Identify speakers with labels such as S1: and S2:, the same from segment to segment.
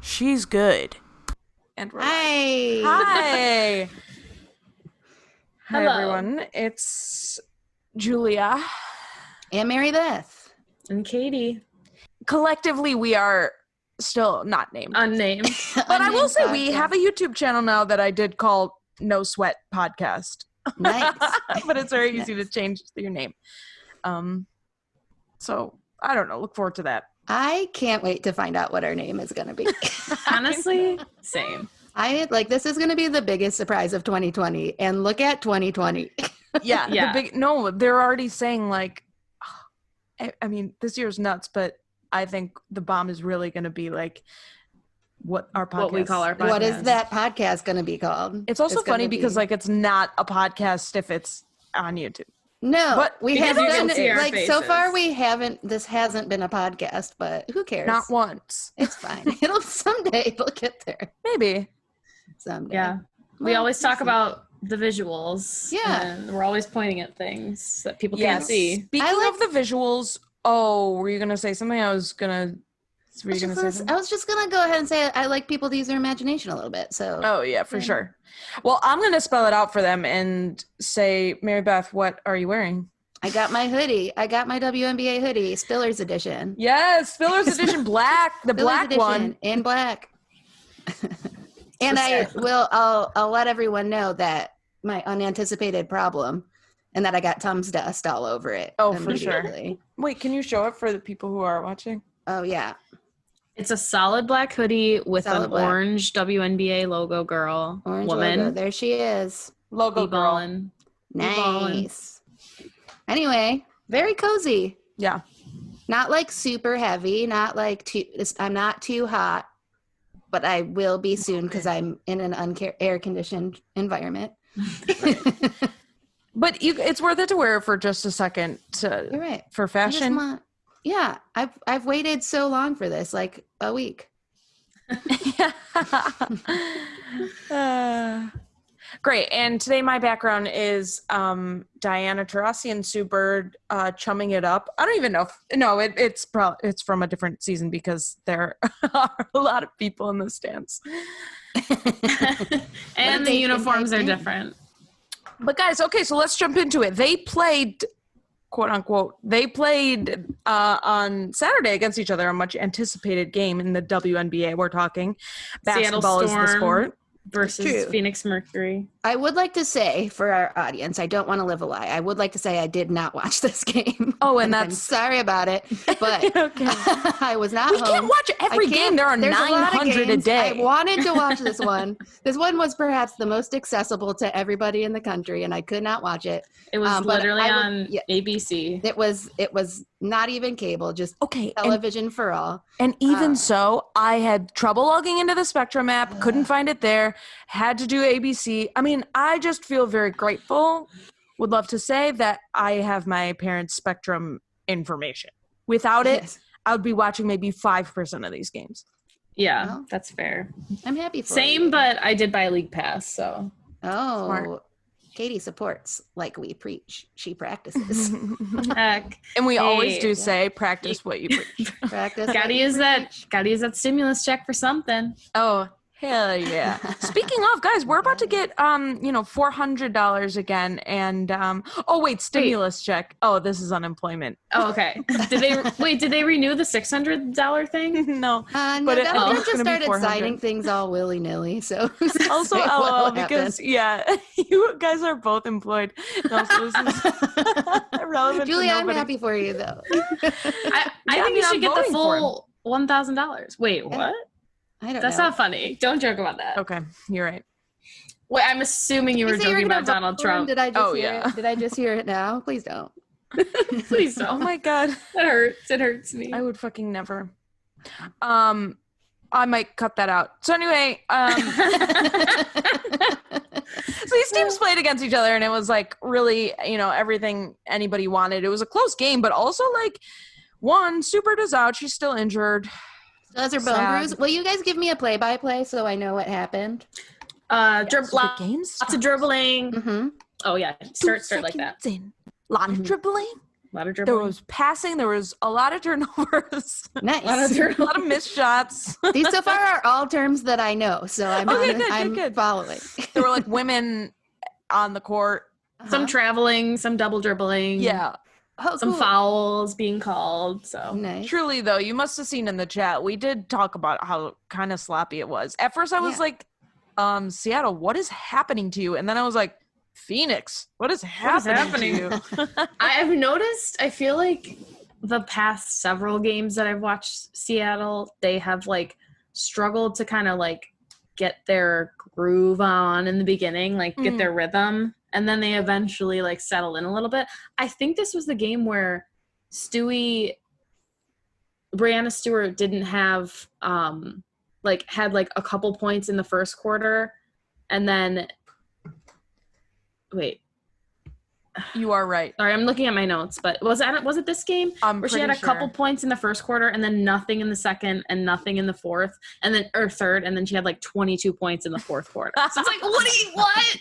S1: She's good.
S2: And we're live.
S3: Hi.
S1: Hi.
S2: Hi,
S4: Hello.
S2: everyone. It's Julia.
S3: And Mary Beth.
S4: And Katie.
S2: Collectively, we are still not named.
S4: Unnamed.
S2: but I will say we have a YouTube channel now that I did call No Sweat Podcast.
S3: nice.
S2: but it's very easy to change your name. Um, so I don't know. Look forward to that.
S3: I can't wait to find out what our name is going to be.
S4: Honestly, same.
S3: I like this is going to be the biggest surprise of 2020. And look at 2020.
S2: Yeah. the
S4: Yeah.
S2: big- no, they're already saying like, I, I mean, this year's nuts, but I think the bomb is really going to be like what our podcast.
S4: What we call our
S3: What is
S4: Podcast.
S3: that podcast going to be called?
S2: It's also
S3: gonna
S2: funny because
S3: be-
S2: like it's not a podcast if it's on YouTube.
S3: no,
S2: But-
S3: we
S4: Because
S3: haven't
S4: you can
S3: done
S4: see our
S3: like so far.
S4: faces.
S3: We haven't. This hasn't been a podcast, but who cares?
S2: Not once.
S3: It's fine. It'll someday. It'll get there.
S2: Maybe.
S3: Someday.
S4: Yeah. We
S3: Well,
S4: always
S3: we'll
S4: talk
S3: see.
S4: about the visuals.
S3: Yeah.
S4: and we're always pointing at things that people can't
S2: Yes.
S4: see.
S2: Speaking
S3: I
S2: of the visuals, oh, were you gonna say something? I was gonna. Were you
S3: I
S2: gonna
S3: was, just
S2: say
S3: gonna,
S2: something?
S3: I was just gonna go ahead and say I like people to use their imagination a little bit. So
S2: Oh yeah, for sure. Well, I'm gonna spell it out for them and say, Mary Beth, what are you wearing?
S3: I got my hoodie. I got my WNBA hoodie, Spillers edition.
S2: Yes, Spillers Edition Black, the
S3: Spillers
S2: black
S3: edition
S2: one.
S3: in black. and I will. I'll. I'll let everyone know that my unanticipated problem, and that I got Tums dust all over it.
S2: Oh, for sure.
S3: immediately.
S2: Wait, can you show it for the people who are watching?
S3: Oh yeah.
S4: It's a solid black hoodie with
S3: Solid
S4: an
S3: black.
S4: orange WNBA logo girl
S3: Orange
S4: woman.
S3: logo. There she is.
S2: Logo
S4: Be
S2: girl.
S4: ballin'. ballin'.
S3: Nice. Anyway, very cozy.
S2: Yeah.
S3: Not like super heavy. Not like too. it's- I'm not too hot, but I will be soon because I'm in an unca- air conditioned environment.
S2: But you, it's worth it to wear it for just a second to,
S3: You're right.
S2: for
S3: I just
S2: fashion.
S3: want- yeah, I've I've waited so long for this, like a week.
S2: Uh, great. And today my background is um, Diana Taurasi and Sue Bird uh, chumming it up. I don't even know. If, no, it, it's probably it's from a different season because there are a lot of people in the stands.
S4: and
S3: they
S4: the
S3: think
S4: uniforms
S3: I
S4: are
S3: am.
S4: different.
S2: But guys, okay, so let's jump into it. They played, quote unquote, they played uh, on Saturday against each other, a much anticipated game in the WNBA. We're talking
S4: Seattle
S2: basketball is the
S4: Storm.
S2: sport.
S4: Versus
S3: True.
S4: Phoenix Mercury.
S3: I would like to say for our audience, I don't want to live a lie. I would like to say I did not watch this game.
S2: Oh, and
S3: I'm
S2: that's
S3: sorry about it, but
S2: okay.
S3: I was not
S2: We
S3: home.
S2: can't watch every
S3: I can't-
S2: game. There are
S3: there's a
S2: nine
S3: lot of
S2: hundred a
S3: games.
S2: day.
S3: I wanted to watch this one. this one was perhaps the most accessible to everybody in the country, and I could not watch it.
S4: It was
S3: Um, but
S4: literally
S3: I would-
S4: on
S3: yeah.
S4: ABC.
S3: It was it was not even cable, just
S2: okay, and,
S3: television for all.
S2: and even
S3: uh,
S2: so, I had trouble logging into the Spectrum app. Couldn't find it there. Had to do ABC. I mean, I just feel very grateful. Would love to say that I have my parents' Spectrum information. Without it,
S3: Yes.
S2: I would be watching maybe five percent of these games.
S4: Yeah,
S3: Well,
S4: that's fair.
S3: I'm happy for
S4: Same,
S3: you.
S4: but I did buy a league pass, so
S3: Oh,
S2: Smart.
S3: Katie supports like we preach. She practices.
S4: heck.
S2: and we always
S4: Hey,
S2: do
S4: yeah.
S2: say, "Practice what you preach."
S3: Practice. what
S4: Gotta
S3: you
S4: use that.
S3: preach.
S4: Gotta use that stimulus check for something.
S2: Oh, hell yeah. Speaking of, guys, we're about to get um, you know, four hundred dollars again and um oh wait, stimulus check. Oh, this is unemployment.
S4: Oh, okay. Did they wait? Did they renew the six hundred dollar thing?
S2: no.
S3: Uh, no,
S2: But it-
S3: Donald
S4: oh,
S3: Trump
S2: it's gonna
S3: just
S2: be
S3: started
S2: 400.
S3: signing things all willy nilly. So who's to
S2: Also
S3: say what
S2: LOL
S3: will
S2: because yeah, you guys are both employed. No, so this is
S3: happen.
S2: irrelevant. to
S3: Julie, I'm
S2: nobody.
S3: happy for you though.
S4: I, I
S2: Yeah, I
S4: think
S2: mean,
S4: you
S2: I'm
S4: should get the
S2: voting for
S4: full one thousand dollars. Wait, what?
S3: I don't
S4: That's
S3: know.
S4: not funny. Don't joke about that.
S2: Okay, you're right.
S4: Wait, I'm assuming you were
S3: say you
S4: joking
S3: gonna
S4: about
S3: vote
S4: Donald
S3: for him?
S4: Trump.
S3: Did I just
S2: Oh,
S3: hear
S2: yeah.
S3: it? Did I just hear it now? Please don't.
S4: Please
S2: Oh
S4: don't.
S2: my god.
S4: That hurts. It hurts me.
S2: I would fucking never. Um I might cut that out. So anyway, um So these teams played against each other, and it was like really, you know, everything anybody wanted. It was a close game, but also like one, Super is out; she's still injured.
S3: Those are bone
S2: Sad.
S3: bruise. Will you guys give me a play-by-play so I know what happened?
S4: uh, drib-
S2: So the
S4: lots,
S2: games
S4: of dribbling.
S3: Mm-hmm.
S4: Oh yeah, start start like that.
S2: In. Lot of
S3: Mhm.
S2: dribbling,
S4: A lot of
S2: There
S4: dribbling.
S2: was passing. There was a lot of turnovers,
S4: a lot of
S3: Nice.
S2: a
S4: dribbling.
S2: lot of missed shots.
S3: These so far are all terms that I know, so I'm
S2: Okay, good,
S3: on-
S2: good,
S3: I'm
S2: good.
S3: following. Uh-huh.
S2: There were like women on the court.
S4: Some traveling, some double dribbling.
S2: Yeah.
S3: Uh-huh. Oh,
S4: Some
S3: cool.
S4: fouls being called. So
S3: Nice.
S2: Truly, though, you must have seen in the chat, we did talk about how kind of sloppy it was. At first, I was
S3: Yeah.
S2: like, um, Seattle, what is happening to you? And then I was like, Phoenix, what is happening,
S4: happening?
S2: to you?
S4: I- I've noticed, I feel like the past several games that I've watched Seattle, they have like struggled to kind of like get their groove on in the beginning, like get
S2: Mm.
S4: their rhythm, and then they eventually like settle in a little bit. I think this was the game where Stewie, Brianna Stewart didn't have, um, like, had like a couple points in the first quarter, and then, wait,
S2: you are right.
S4: Sorry, I'm looking at my notes, but was that was it this game
S2: I'm
S4: where
S2: pretty
S4: she had a
S2: sure.
S4: couple points in the first quarter and then nothing in the second and nothing in the fourth and then or third and then she had like 22 points in the fourth quarter. So it's like what do you what?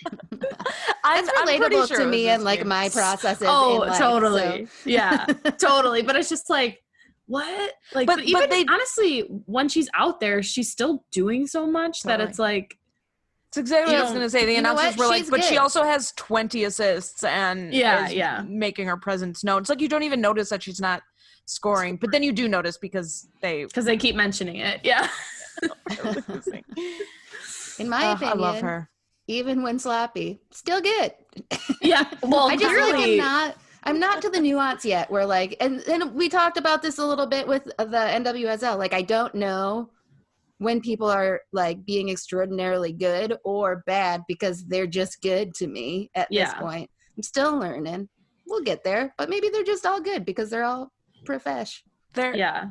S2: I'm,
S3: That's
S2: I'm pretty
S3: relatable
S2: sure it
S3: to
S2: was
S3: me
S2: this
S3: and like
S2: game.
S3: my processes.
S4: oh,
S3: in life, so-
S4: totally. Yeah, totally. But it's just like what? Like
S2: But-
S4: but,
S2: but
S4: even
S2: they-
S4: honestly when she's out there, she's still doing so much that
S2: Totally.
S4: it's like
S2: It's exactly what I
S4: You
S2: was
S4: know-
S2: going to say. The
S3: you know
S2: announcers
S3: what?
S2: were like,
S3: She's
S2: but she
S3: good."
S2: also has 20 assists and
S4: Yeah,
S2: is
S4: yeah.
S2: making her presence known. It's like you don't even notice that she's not scoring, but then you do notice because they.
S4: cuz they keep mentioning it. Yeah.
S3: In
S2: Ugh, Oh,
S3: my
S2: I
S3: opinion,
S2: love her.
S3: even when sloppy, still good.
S4: Yeah. Well,
S3: I just like I'm
S4: clearly
S3: not I'm not to the nuance yet. Where like, and then we talked about this a little bit with the NWSL. Like, I don't know when people are like being extraordinarily good or bad because they're just good to me at this
S4: Yeah.
S3: point. I'm still learning. We'll get there, but maybe they're just all good because they're all profesh.
S2: They're,
S4: Yeah.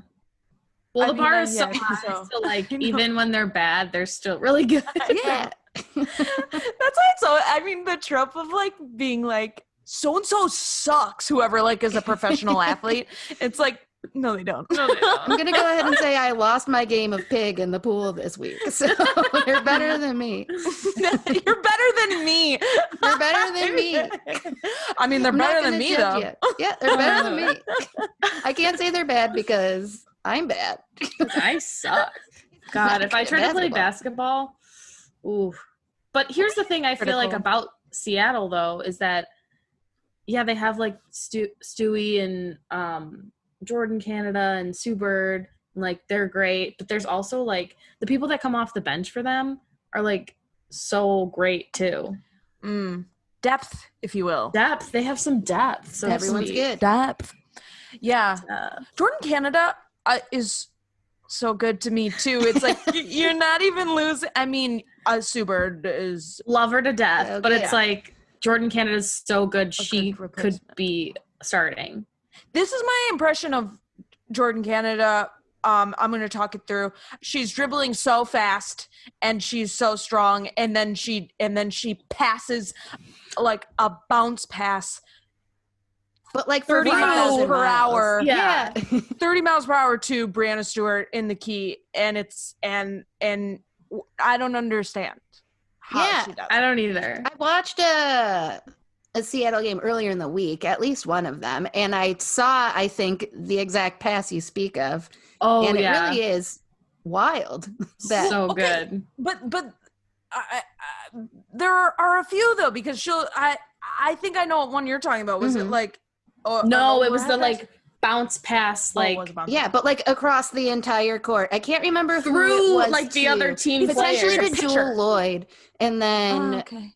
S2: I
S4: Well, the
S2: mean,
S4: bar
S2: uh,
S4: is so
S2: yeah,
S4: high,
S2: so-
S4: so, like
S2: I know.
S4: even when they're bad, they're still really good.
S3: Yeah,
S2: That's why it's so. I mean, the trope of like being like so and so sucks. Whoever like is a professional athlete, it's like no, they don't.
S4: No, they don't.
S3: I'm gonna go ahead and say I lost my game of pig in the pool this week. So they're better than me.
S2: You're better than me.
S3: They're better than me.
S2: I mean, they're
S3: I'm not
S2: better than
S3: gonna
S2: me
S3: judge
S2: though.
S3: you. Yeah, they're better than me. I can't say they're bad because I'm bad.
S4: I suck. God, if I tried to play basketball, ooh. But here's the thing I feel like
S2: Critical.
S4: about Seattle though is that yeah, they have like Stu- Stewie and um, Jordan Canada and Sue Bird, and, like they're great, but there's also like the people that come off the bench for them are like so great too.
S2: Mm. Depth, if you will.
S4: Depth, they have some depth. So
S3: Everyone's
S4: sweet.
S3: good.
S2: Depth. Yeah.
S4: Uh,
S2: Jordan Canada uh, is so good to me too. It's like y- you're not even losing. I mean, uh, Subird is
S4: love her to death,
S3: Okay.
S4: but it's like Jordan Canada's so good she
S2: good
S4: could
S2: replacement.
S4: be starting.
S2: this is my impression of Jordan Canada. Um, I'm going to talk it through. She's dribbling so fast and she's so strong, and then she and then she passes like a bounce pass,
S3: But like for
S2: 30 miles
S3: 5,000
S2: per hour,
S3: Yeah.
S2: 30 miles per hour to Brianna Stewart in the key, and it's and and w- I don't understand how
S3: Yeah,
S2: she does.
S4: I don't either.
S3: I watched a a Seattle game earlier in the week, at least one of them, and I saw I think the exact pass you speak of,
S4: Oh
S3: and
S4: yeah,
S3: it really is wild that
S4: so
S2: Okay.
S4: good.
S2: but but I, I, there are a few though because she'll I I think I know what one you're talking about. Was it
S3: Mhm.
S2: like? Oh,
S4: No,
S2: oh,
S4: it was the
S2: what happened?
S4: like bounce pass,
S2: Oh, it
S4: like
S2: was about
S3: yeah, but like across the entire court. I can't remember who it
S4: through
S3: was
S4: like the
S3: to.
S4: other team
S3: potentially
S4: player.
S3: to Jewel Lloyd, and
S2: that.
S3: then
S2: Oh,
S4: Uh-huh.
S2: okay.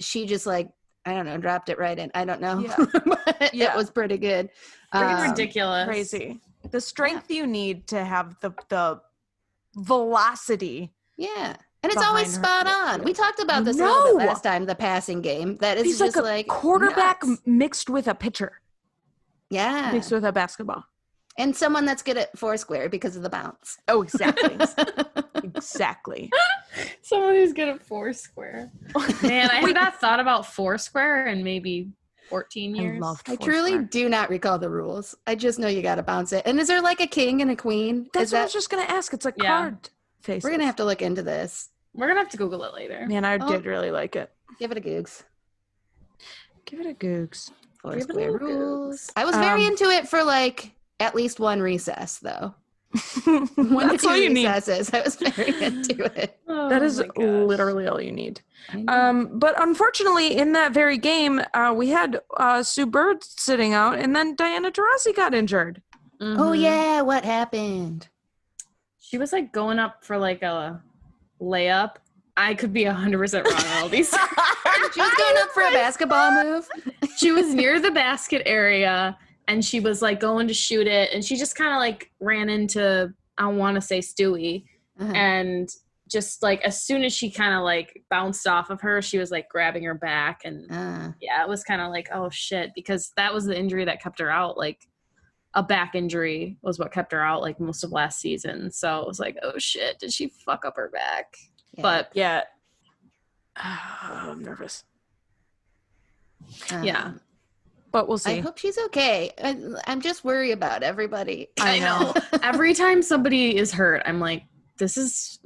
S3: she just like I don't know, dropped it right in. I don't know.
S2: Yeah.
S3: but
S2: Yeah.
S3: It was pretty good.
S4: Pretty
S3: Um,
S4: ridiculous.
S2: Crazy. The strength you need to have the the velocity.
S3: Yeah. And it's always
S2: Behind
S3: spot
S2: her.
S3: on. We talked about this a little
S2: No!
S3: bit last time, the passing game. That is
S2: He's
S3: just
S2: like a
S3: like
S2: quarterback
S3: nuts.
S2: m- mixed with a pitcher,
S3: Yeah.
S2: mixed with a basketball.
S3: And someone that's good at foursquare because of the bounce.
S2: Oh, exactly. exactly.
S4: Someone who's good at Foursquare. Man, I had not thought about Foursquare in maybe 14 years.
S2: I loved.
S3: I truly
S2: foursquare.
S3: do not recall the rules. I just know you got to bounce it. And is there like a king and a queen?
S2: That's
S3: is
S2: what I
S3: that
S2: was just gonna ask. It's like
S4: Yeah.
S2: card face.
S3: We're going to have to look into this.
S4: We're gonna have to Google it later.
S2: Man, I
S3: Oh.
S2: did really like it.
S3: Give it a googs.
S2: Give it a googs.
S3: Four
S4: Give it a
S3: square
S4: little
S3: rules.
S4: goose.
S3: I was very
S2: Um,
S3: into it for like at least one recess though. One
S2: That's
S3: to two
S2: all you need.
S3: recesses. I was very into it.
S4: Oh
S2: That is literally all you need. Um, but unfortunately, in that very game, uh, we had uh, Sue Bird sitting out, and then Diana Taurasi got injured.
S3: oh yeah, what happened?
S4: Mm-hmm. She was like going up for like a layup. I could be 100% wrong on all these.
S3: She was going up for a basketball move.
S4: she was near the basket area and she was like going to shoot it and she just kind of like ran into I want to say Stewie
S3: Uh-huh.
S4: and just like as soon as she kind of like bounced off of her, she was like grabbing her back and
S3: Uh,
S4: yeah, it was kind of like oh shit because that was the injury that kept her out like a back injury was what kept her out like most of last season. So it was like oh shit, did she fuck up her back?
S3: yeah.
S4: But
S1: Yeah. I'm nervous.
S3: Um,
S4: yeah.
S2: But we'll see.
S3: I hope she's okay. I, I'm just worried about everybody.
S4: I know. Every time somebody is hurt, I'm like, this is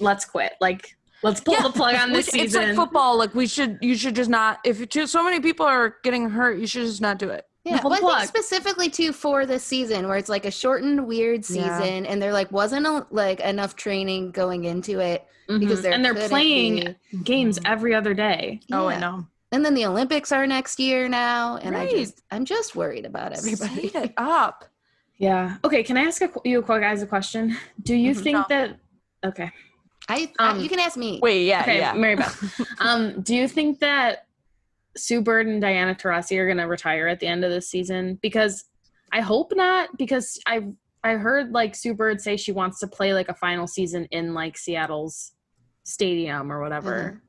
S4: let's quit. Like, let's pull
S2: Yeah.
S4: the plug on this
S2: Which- it's
S4: season.
S2: like football. Like we should, you should just not. If you too, so many people are getting hurt, you should just not do it.
S3: Yeah,
S4: Whole
S3: well, I
S4: plug.
S3: think specifically too for this season, where it's like a shortened, weird season,
S2: Yeah.
S3: and there like wasn't a, like enough training going into it
S4: Mhm.
S2: Mm-hmm.
S3: because they're
S4: and they're playing games every other day.
S2: Oh, I
S3: yeah.
S2: know.
S3: And then the Olympics are next year now, and
S2: Right.
S3: I just I'm just worried about everybody.
S2: Set it up.
S4: Yeah. Okay. Can I ask a, qu- you qu- guys a question? Do you
S3: Mhm.
S4: think
S1: No.
S4: that? Okay.
S3: I, I-
S4: Um,
S3: you can ask me.
S1: Wait, yeah,
S4: Okay.
S1: yeah.
S4: Mary Beth. um, do you think that Sue Bird and Diana Taurasi are going to retire at the end of this season? Because I hope not. Because I I heard like Sue Bird say she wants to play like a final season in like Seattle's stadium or whatever.
S1: Mm-hmm.
S3: Mhm.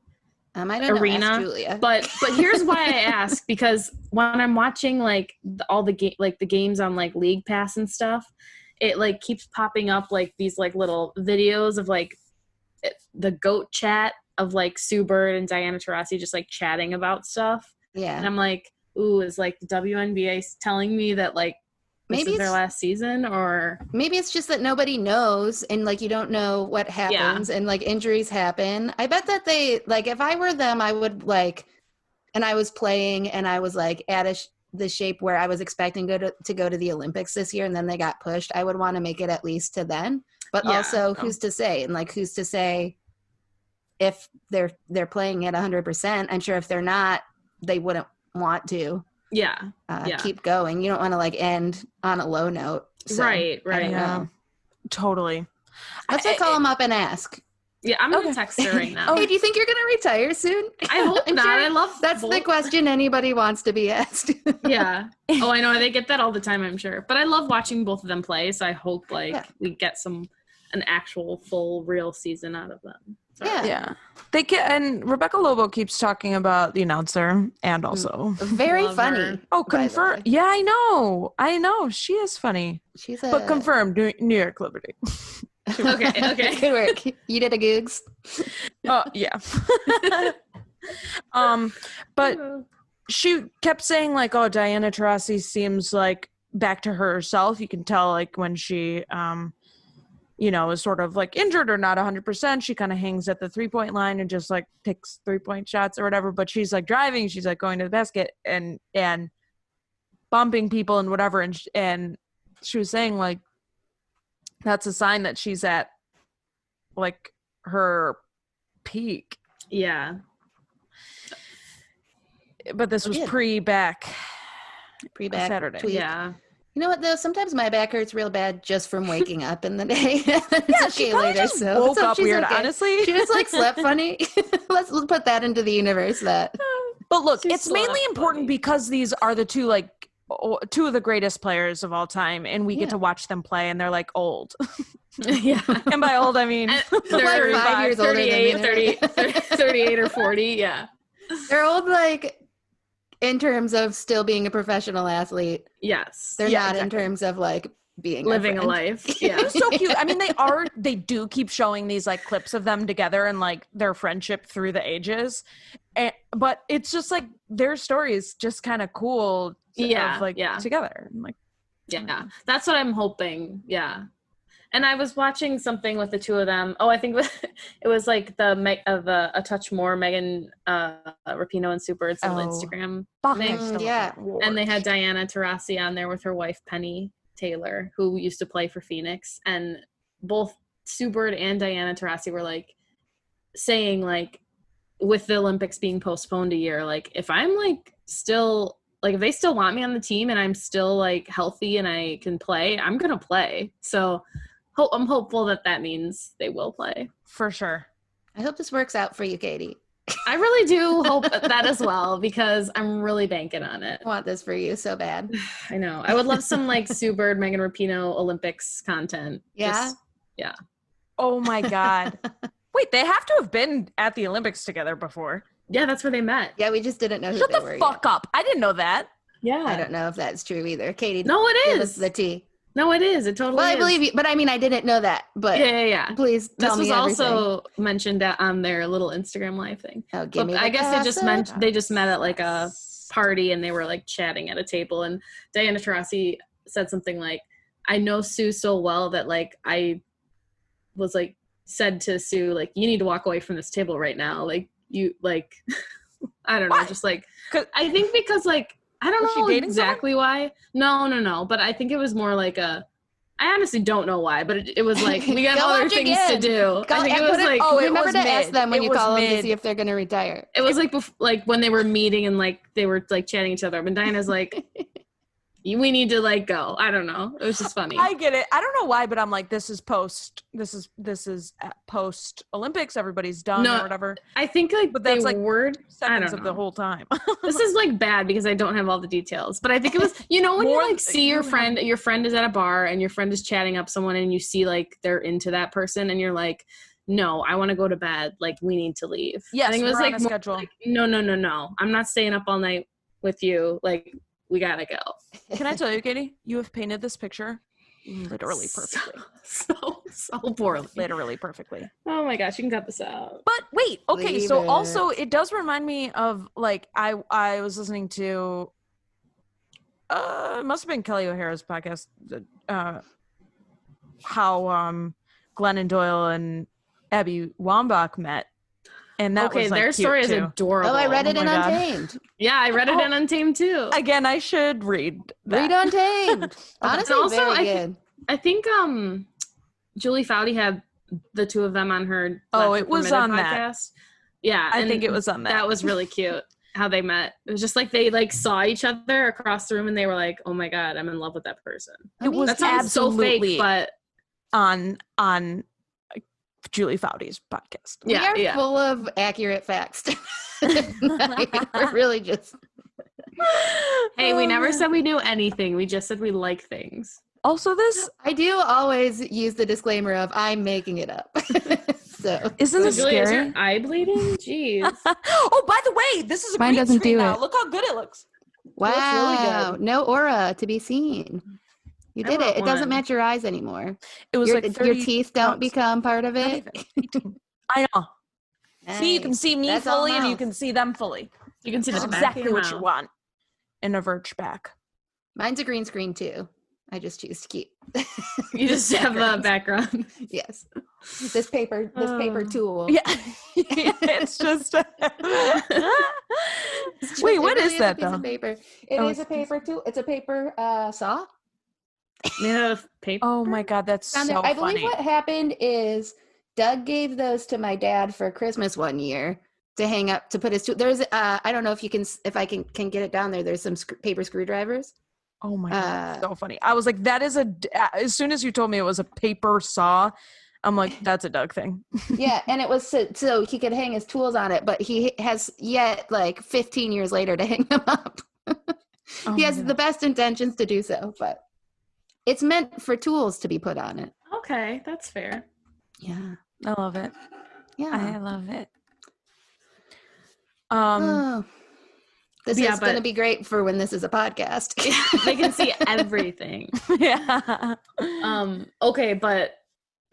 S3: Um, I don't know.
S4: Arena,
S3: Ask Julia.
S4: but but here's why I ask because when I'm watching like the, all the game like the games on like League Pass and stuff, it like keeps popping up like these like little videos of like it, the goat chat of like Sue Bird and Diana Taurasi just like chatting about stuff, and
S3: yeah,
S4: I'm like, ooh, is like the WNBA s- telling me that like this
S3: Maybe
S4: is their
S3: it's-
S4: last season or
S3: maybe it's just that nobody knows, and like you don't know what happens, and like injuries happen. I bet that they like if I were them, I would like, and I was playing, and I was like at a sh- the shape where I was expecting go to, to go to the Olympics this year, and then they got pushed. I would want to make it at least to then, but
S4: Yeah,
S3: also
S1: no.
S3: who's to say, and like who's to say if they're they're playing at hundred percent. I'm sure if they're not, they wouldn't want to.
S4: yeah,
S3: uh,
S4: Yeah.
S3: keep going. You don't want to like end on a low note. So,
S4: right,
S3: I don't
S4: right.
S3: know.
S4: Yeah,
S3: Yeah.
S1: Totally.
S3: I have to
S1: I-
S3: call him up and ask.
S4: I'm gonna
S1: Okay.
S4: text her right now.
S3: Hey, do you think you're going to retire soon?
S4: Oh. I hope
S3: I'm
S4: not.
S3: sure
S4: I love
S3: Oh, That's the
S4: both
S3: question anybody wants to be asked.
S4: yeah. Oh, I know they get that all the time, I'm sure. But I love watching both of them play, so I hope like
S3: Yeah.
S4: we get some an actual full real season out of them. Sorry.
S3: Yeah.
S2: Yeah, they can. And Rebecca Lobo keeps talking about the announcer, and also.
S3: Very
S4: Love
S3: funny.
S4: her.
S2: Oh,
S3: Mm. by the way.
S2: confirm. Yeah, I know. I know. She is funny.
S3: She's a
S2: but confirmed, New New York Liberty.
S4: Okay, okay.
S3: good work. You did a googs.
S2: Oh, yeah. um, but she kept saying like, "Oh, Diana Taurasi seems like back to herself." You can tell like when she um you know, is sort of like injured or not 100%. She kind of hangs at the three point line and just like takes three point shots or whatever. But she's like driving, she's like going to the basket and, and bumping people and whatever. And, sh- and she was saying like, that's a sign that she's at like her peak.
S4: yeah.
S2: But this was
S3: Yeah.
S2: pre back.
S3: Pre back
S2: Saturday.
S3: Tweak.
S4: Yeah.
S3: You know what though? Sometimes my back hurts real bad just from waking up in the day. yeah,
S2: she probably just woke up weird, honestly.
S3: She just like slept funny. let's, let's put that into the universe. That
S2: But look,
S4: She's
S2: it's
S4: so
S2: mainly important
S4: funny.
S2: because these are the two like o- two of the greatest players of all time, and we get
S3: Yeah.
S2: to watch them play, and they're like old.
S4: yeah.
S2: and by old, I mean
S4: And
S3: like
S4: they're
S3: five years older than me,
S4: 38,
S3: they're like-
S4: 30 38 or 40. Yeah.
S3: They're old, like in terms of still being a professional athlete.
S4: Yes.
S3: They're
S4: yeah,
S3: not
S4: exactly.
S3: in terms of like being our
S4: living a
S3: friend.
S4: life. Yeah.
S2: they're so cute. I mean, they are. They do keep showing these like clips of them together and like their friendship through the ages. And, but it's just like their story is just kind of cool.
S4: Yeah,
S2: of, like
S4: yeah.
S2: together. And, like
S4: yeah. That's what I'm hoping. Yeah. And I was watching something with the two of them. Oh, I think it was like the Me- uh, the a touch more Megan uh, Rapino and Super. It's on
S2: Oh.
S4: Instagram,
S2: Fuck,
S4: They-
S2: I still
S3: yeah.
S2: haven't-
S4: and they had Diana Taurasi on there with her wife Penny Taylor, who used to play for Phoenix. And both Sue Bird and Diana Taurasi were like saying like, with the Olympics being postponed a year, like if I'm like still like if they still want me on the team and I'm still like healthy and I can play, I'm gonna play. So. ho- I'm hopeful that that means they will play.
S2: for sure.
S3: I hope this works out for you, Katie.
S4: I really do hope that as well because I'm really banking on it.
S3: I want this for you so bad.
S4: I know. I would love some like Sue Bird, Megan Rapino Olympics content.
S3: Yeah?
S4: Just-
S2: Oh my god. Wait, they have to have been at the Olympics together before.
S4: yeah, that's where they met.
S3: Yeah, we just didn't know who
S2: Shut
S3: they
S2: the
S3: were
S2: fuck up. I didn't know that.
S4: Yeah.
S3: yet. I don't know if that's true either. Katie,
S4: No, it
S3: give us
S4: is.
S3: the tea.
S4: No, it is. It totally
S3: Well, I
S4: is.
S3: believe you, but I mean, I didn't know that. But
S4: Yeah, yeah, yeah.
S3: please tell
S4: This was
S3: me everything.
S4: also mentioned at- on their little Instagram live thing.
S3: Oh, give
S4: But
S3: me
S4: I
S3: the
S4: guess they just
S3: gossip.
S4: meant they just met at like uh, a party and they were like chatting at a table and Diana Taurasi said something like, "I know Sue so well that like I was like said to Sue like you need to walk away from this table right now like you like I don't know
S2: What?
S4: just like
S2: 'Cause-
S4: I think because like I don't
S2: Was she
S4: know
S2: dating someone?
S4: exactly why no no no but I think it was more like a I honestly don't know why but it, it was like we got
S3: Go
S4: other
S3: watch
S4: things to
S3: again.
S4: do
S3: Call-
S4: I think it
S3: and
S4: was
S3: put it-
S4: like
S2: oh, it
S3: remember
S2: was
S3: to ask
S2: mid.
S3: them when
S2: It
S3: you
S2: was
S3: call them to
S2: mid.
S3: see if they're going to retire.
S4: it was like bef- like when they were meeting and like they were like chatting each other. But Diana's like, "You- "We need to like go." I don't know. It was just funny.
S2: I get it. I don't know why, but I'm like, this is post. This is this is at post Olympics. Everybody's done
S4: No,
S2: or whatever.
S4: I think like
S2: But
S4: they
S2: that's, like-
S4: word.
S2: Seconds
S4: don't
S2: of the
S4: know.
S2: whole time.
S4: This is like bad because I don't have all the details. But I think it was you know when
S2: More
S4: you like
S2: th-
S4: see
S2: you
S4: your
S2: have-
S4: friend, your friend is at a bar and your friend is chatting up someone and you see like they're into that person and you're like, "No, I want to go to bed. Like we need to leave."
S2: yes,
S4: I think it
S2: we're
S4: was
S2: on
S4: like
S2: a
S4: more
S2: schedule.
S4: like, "No, no, no, no. I'm not staying up all night with you. Like we gotta go."
S2: Can I tell you, Katie? You have painted this picture literally perfectly.
S4: So so, so poorly.
S2: literally perfectly.
S4: Oh my gosh, you can cut this out.
S2: But wait, okay,
S3: Leave
S2: so
S3: it.
S2: also it does remind me of like I I was listening to uh it must have been Kelly O'Hara's podcast uh how um Glennon Doyle and Abby Wambach met. And that
S4: okay,
S2: was like,
S4: their
S2: cute,
S4: story is
S2: too.
S4: adorable.
S3: Oh, I read it
S2: Oh
S3: in
S2: my God.
S3: Untamed.
S4: Yeah, I read it
S2: Oh.
S4: in Untamed too. I,
S2: Again, I should read that.
S3: Read Untamed. Honestly,
S4: also,
S3: very
S4: I thi-
S3: good.
S4: think um Julie Foudy had the two of them on her
S2: Oh,
S4: Laughter
S2: it was
S4: Permitted
S2: on that.
S4: podcast. Yeah,
S2: I
S4: and
S2: think it was on that.
S4: that was really cute how they met. It was just like they like saw each other across the room and they were like, "Oh my god, I'm in love with that person."
S2: it was
S4: That sounds so
S2: Absolutely.
S4: fake, but
S2: on on uh, Julie Foudy's podcast.
S4: yeah,
S3: we are
S4: yeah.
S3: full of accurate facts. tonight. We're really just
S4: Hey, we
S2: Oh,
S4: never
S2: man.
S4: said we knew anything. We just said we like things.
S2: Also this
S3: I do always use the disclaimer of I'm making it up. so
S2: isn't this
S4: Julie, is
S2: scary?
S4: your eye bleeding? Jeez.
S2: oh, by the way, this is a
S3: Mine
S2: green
S3: doesn't
S2: screen
S3: do
S2: now.
S3: it.
S2: Look how good it looks.
S4: looks really good.
S3: wow, no aura to be seen. You
S4: I
S3: did
S4: want
S3: it. It
S4: one.
S3: doesn't match your eyes anymore.
S2: It was
S3: Your,
S2: like 30,
S3: your teeth don't
S2: pounds.
S3: become part of
S2: not
S3: it.
S2: even, 18. I know. See, you can
S3: Nice.
S2: see me
S3: That's all
S2: fully, and you
S3: mouth.
S2: can see them fully.
S4: You can see
S2: That's
S4: the back of
S2: exactly
S4: your
S2: what you
S4: mouth.
S2: want. And a verge back.
S3: Mine's a green screen too. I just choose to keep.
S4: You just have a background.
S3: yes. This paper, this paper
S4: Oh.
S3: tool.
S2: Uh, Yeah, it's just.
S3: It's
S2: Wait,
S3: just-
S2: what is
S3: it really
S2: that
S3: a piece of
S2: though?
S3: paper. It
S2: Oh,
S3: is
S2: it's
S3: a
S2: a piece of-
S3: paper tool. It's a paper uh, saw.
S4: Made out of paper.
S2: Oh my god, that's so
S3: down there. I
S2: funny.
S3: believe what happened is Doug gave those to my dad for Christmas one year to hang up to put his. tool- There's uh, I don't know if you can s- if I can can get it down there. There's some sc- paper screwdrivers.
S2: oh my god, that's
S3: uh,
S2: so funny. I was like, that is a. d- uh, As soon as you told me it was a paper saw, I'm like, that's a Doug thing.
S3: yeah, and it was so, so he could hang his tools on it, but he has yet like 15 years later to hang them up.
S2: Oh my
S3: he has the
S2: God.
S3: best intentions to do so, but it's meant for tools to be put on it.
S4: Okay, that's fair.
S3: Yeah,
S2: I love it.
S3: yeah.
S2: I love it. Um,
S3: Oh. This
S4: Yeah,
S3: is going to
S4: but-
S3: be great for when this is a podcast.
S4: They can see everything.
S2: yeah.
S4: Um, okay, but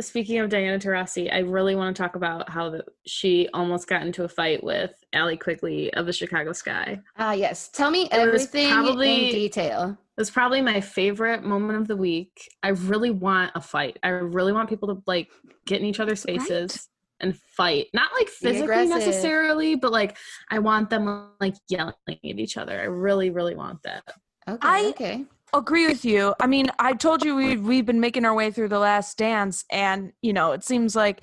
S4: speaking of Diana Taurasi, I really want to talk about how the, she almost got into a fight with Allie Quigley of the Chicago Sky.
S3: Ah, yes. Tell me
S4: It was
S3: everything
S4: probably-
S3: in detail.
S4: That's probably my favorite moment of the week. I really want a fight. I really want people to like get in each other's
S3: Right.
S4: faces and fight. Not like physically
S3: aggressive.
S4: necessarily, but like I want them like yelling at each other. I really, really want that.
S3: Okay.
S2: I-
S3: okay.
S2: Agree with you. I mean, I told you we we've been making our way through the last dance, and you know, it seems like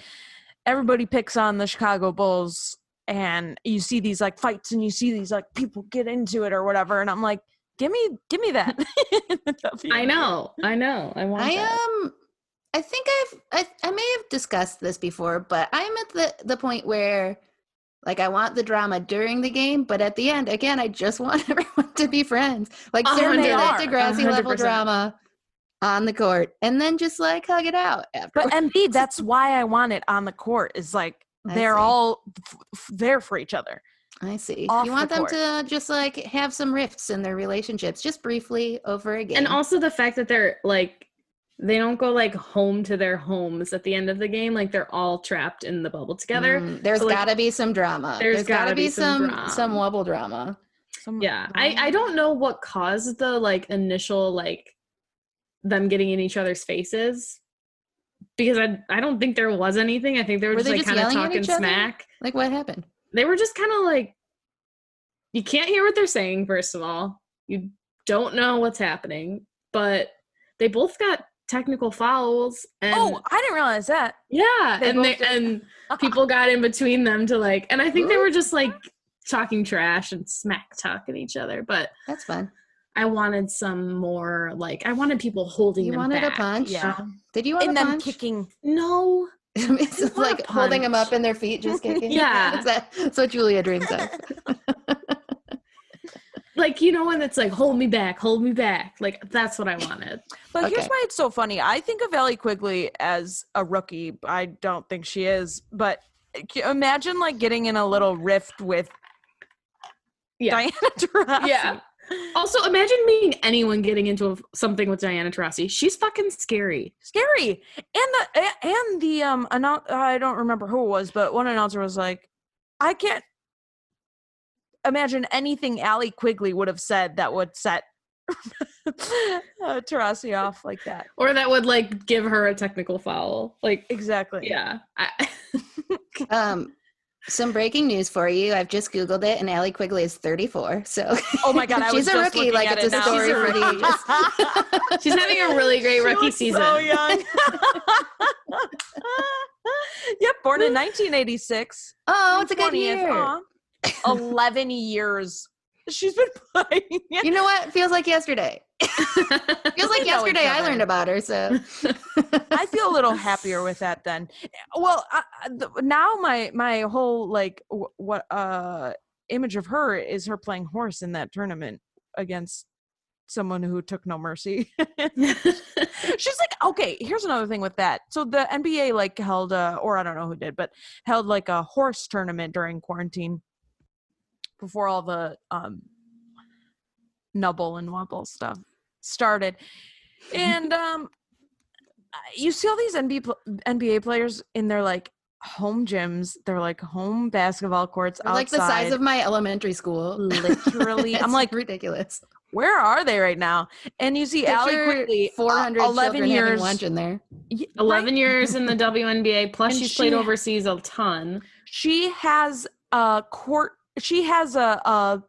S2: everybody picks on the Chicago Bulls, and you see these like fights, and you see these like people get into it or whatever, and I'm like, give me, give me that.
S4: I know. I know. I want
S3: I
S4: that.
S3: am. I think I've. I I may have discussed this before, but I'm at the the point where, like, I want the drama during the game, but at the end, again, I just want everyone to be friends. Like,
S4: A
S3: certainly
S2: hundred
S3: that
S2: are, a
S3: Degrassi level
S4: 100%.
S3: drama on the court, and then just like hug it out after.
S2: But Embiid, that's why I want it on the court. Is like
S3: I
S2: they're
S3: see.
S2: all f- f- there for each other.
S3: I see.
S2: off
S3: You want
S2: the
S3: them
S2: court.
S3: to just like have some rifts in their relationships, just briefly over again.
S4: And also the fact that they're like they don't go like home to their homes at the end of the game. Like they're all trapped in the bubble together.
S3: Mm, there's
S4: So, like,
S3: got to be some drama.
S4: there's
S3: there's got
S4: gotta
S3: to
S4: be
S3: be
S4: some
S3: some
S4: drama.
S3: some wobble drama.
S2: Some-
S4: Yeah.
S3: Mm-hmm.
S4: I, I don't know what caused the like initial like them getting in each other's faces. Because I I don't think there was anything. I think they were,
S3: Were
S4: just
S3: they
S4: like
S3: just
S4: kind of
S3: yelling at
S4: talking
S3: each other?
S4: smack.
S3: Like what happened?
S4: They were just kind of like you can't hear what they're saying, first of all. You don't know what's happening, but they both got technical fouls and
S2: Oh, I didn't realize that.
S4: Yeah,
S2: They
S4: and
S2: both
S4: they,
S2: did.
S4: and people got in between them to like, and I think they were just like talking trash and smack talking each other. But
S3: That's fun.
S4: I wanted some more like I wanted people holding.
S3: You
S4: them
S3: wanted a
S4: back,
S3: punch?
S4: you know?
S3: Did you want
S2: And
S3: a
S2: them
S3: punch?
S2: kicking.
S4: No,
S3: it's
S4: You want
S3: just
S4: a
S3: like holding them up
S4: punch.
S3: in their feet, just kicking.
S4: Yeah.
S3: Is that- that's what Julia dreams of.
S4: like you know when it's like hold me back, hold me back. Like that's what I wanted.
S2: But here's
S3: Okay.
S2: why it's so funny. I think of Ellie Quigley as a rookie. I don't think she is, but eh, c- imagine like getting in a little rift with
S4: Yeah.
S2: Diana Taurasi.
S4: Yeah. Also, imagine being anyone getting into a, something with Diana Taurasi. She's fucking scary.
S2: scary. And the a- and the um annou- I don't remember who it was, but one announcer was like, "I can't imagine anything Allie Quigley would have said that would set uh, Taurasi off like that."
S4: Or that would like give her a technical foul. Like,
S2: Exactly.
S4: yeah. I,
S3: Um, some breaking news for you. I've just googled it, and Allie Quigley is 34. So
S2: Oh my god, I was
S3: she's a
S2: just
S3: rookie.
S2: looking
S3: Like
S2: at it
S3: it's a
S2: now.
S3: story
S4: She's a
S3: for the
S4: rookie.
S3: ages.
S4: she's having a really great
S2: She
S4: rookie
S2: looks
S4: season.
S2: So young. yep, born in 1986.
S3: Oh, it's a
S2: 20th,
S3: good year.
S2: aw. 11 uh-huh. years she's been playing.
S3: You know what? Feels like yesterday. Feels
S2: We
S3: like
S2: know each
S3: yesterday I
S2: other.
S3: learned about her. So
S2: I feel a little happier with that then. Well, I, I- the, now my my whole like w- what uh image of her is her playing horse in that tournament against someone who took no mercy. She's like, okay, here's another thing with that. So the NBA like held a, or I don't know who did, but held like a horse tournament during quarantine before all the um nubble and wobble stuff started. And um uh, you see all these NBA pl- NBA players in their like home gyms, they're like home basketball courts
S3: We're like the size
S2: outside.
S3: of my elementary school.
S2: literally. I'm
S3: It's
S2: like,
S3: ridiculous.
S2: where are they right now? And you see Allie quickly,
S3: four hundred
S2: 11 years.
S3: lunch in there.
S2: y- right?
S4: 11 years in the WNBA, plus
S2: And
S4: she's played
S2: she-
S4: overseas a ton.
S2: she has a court she has a, a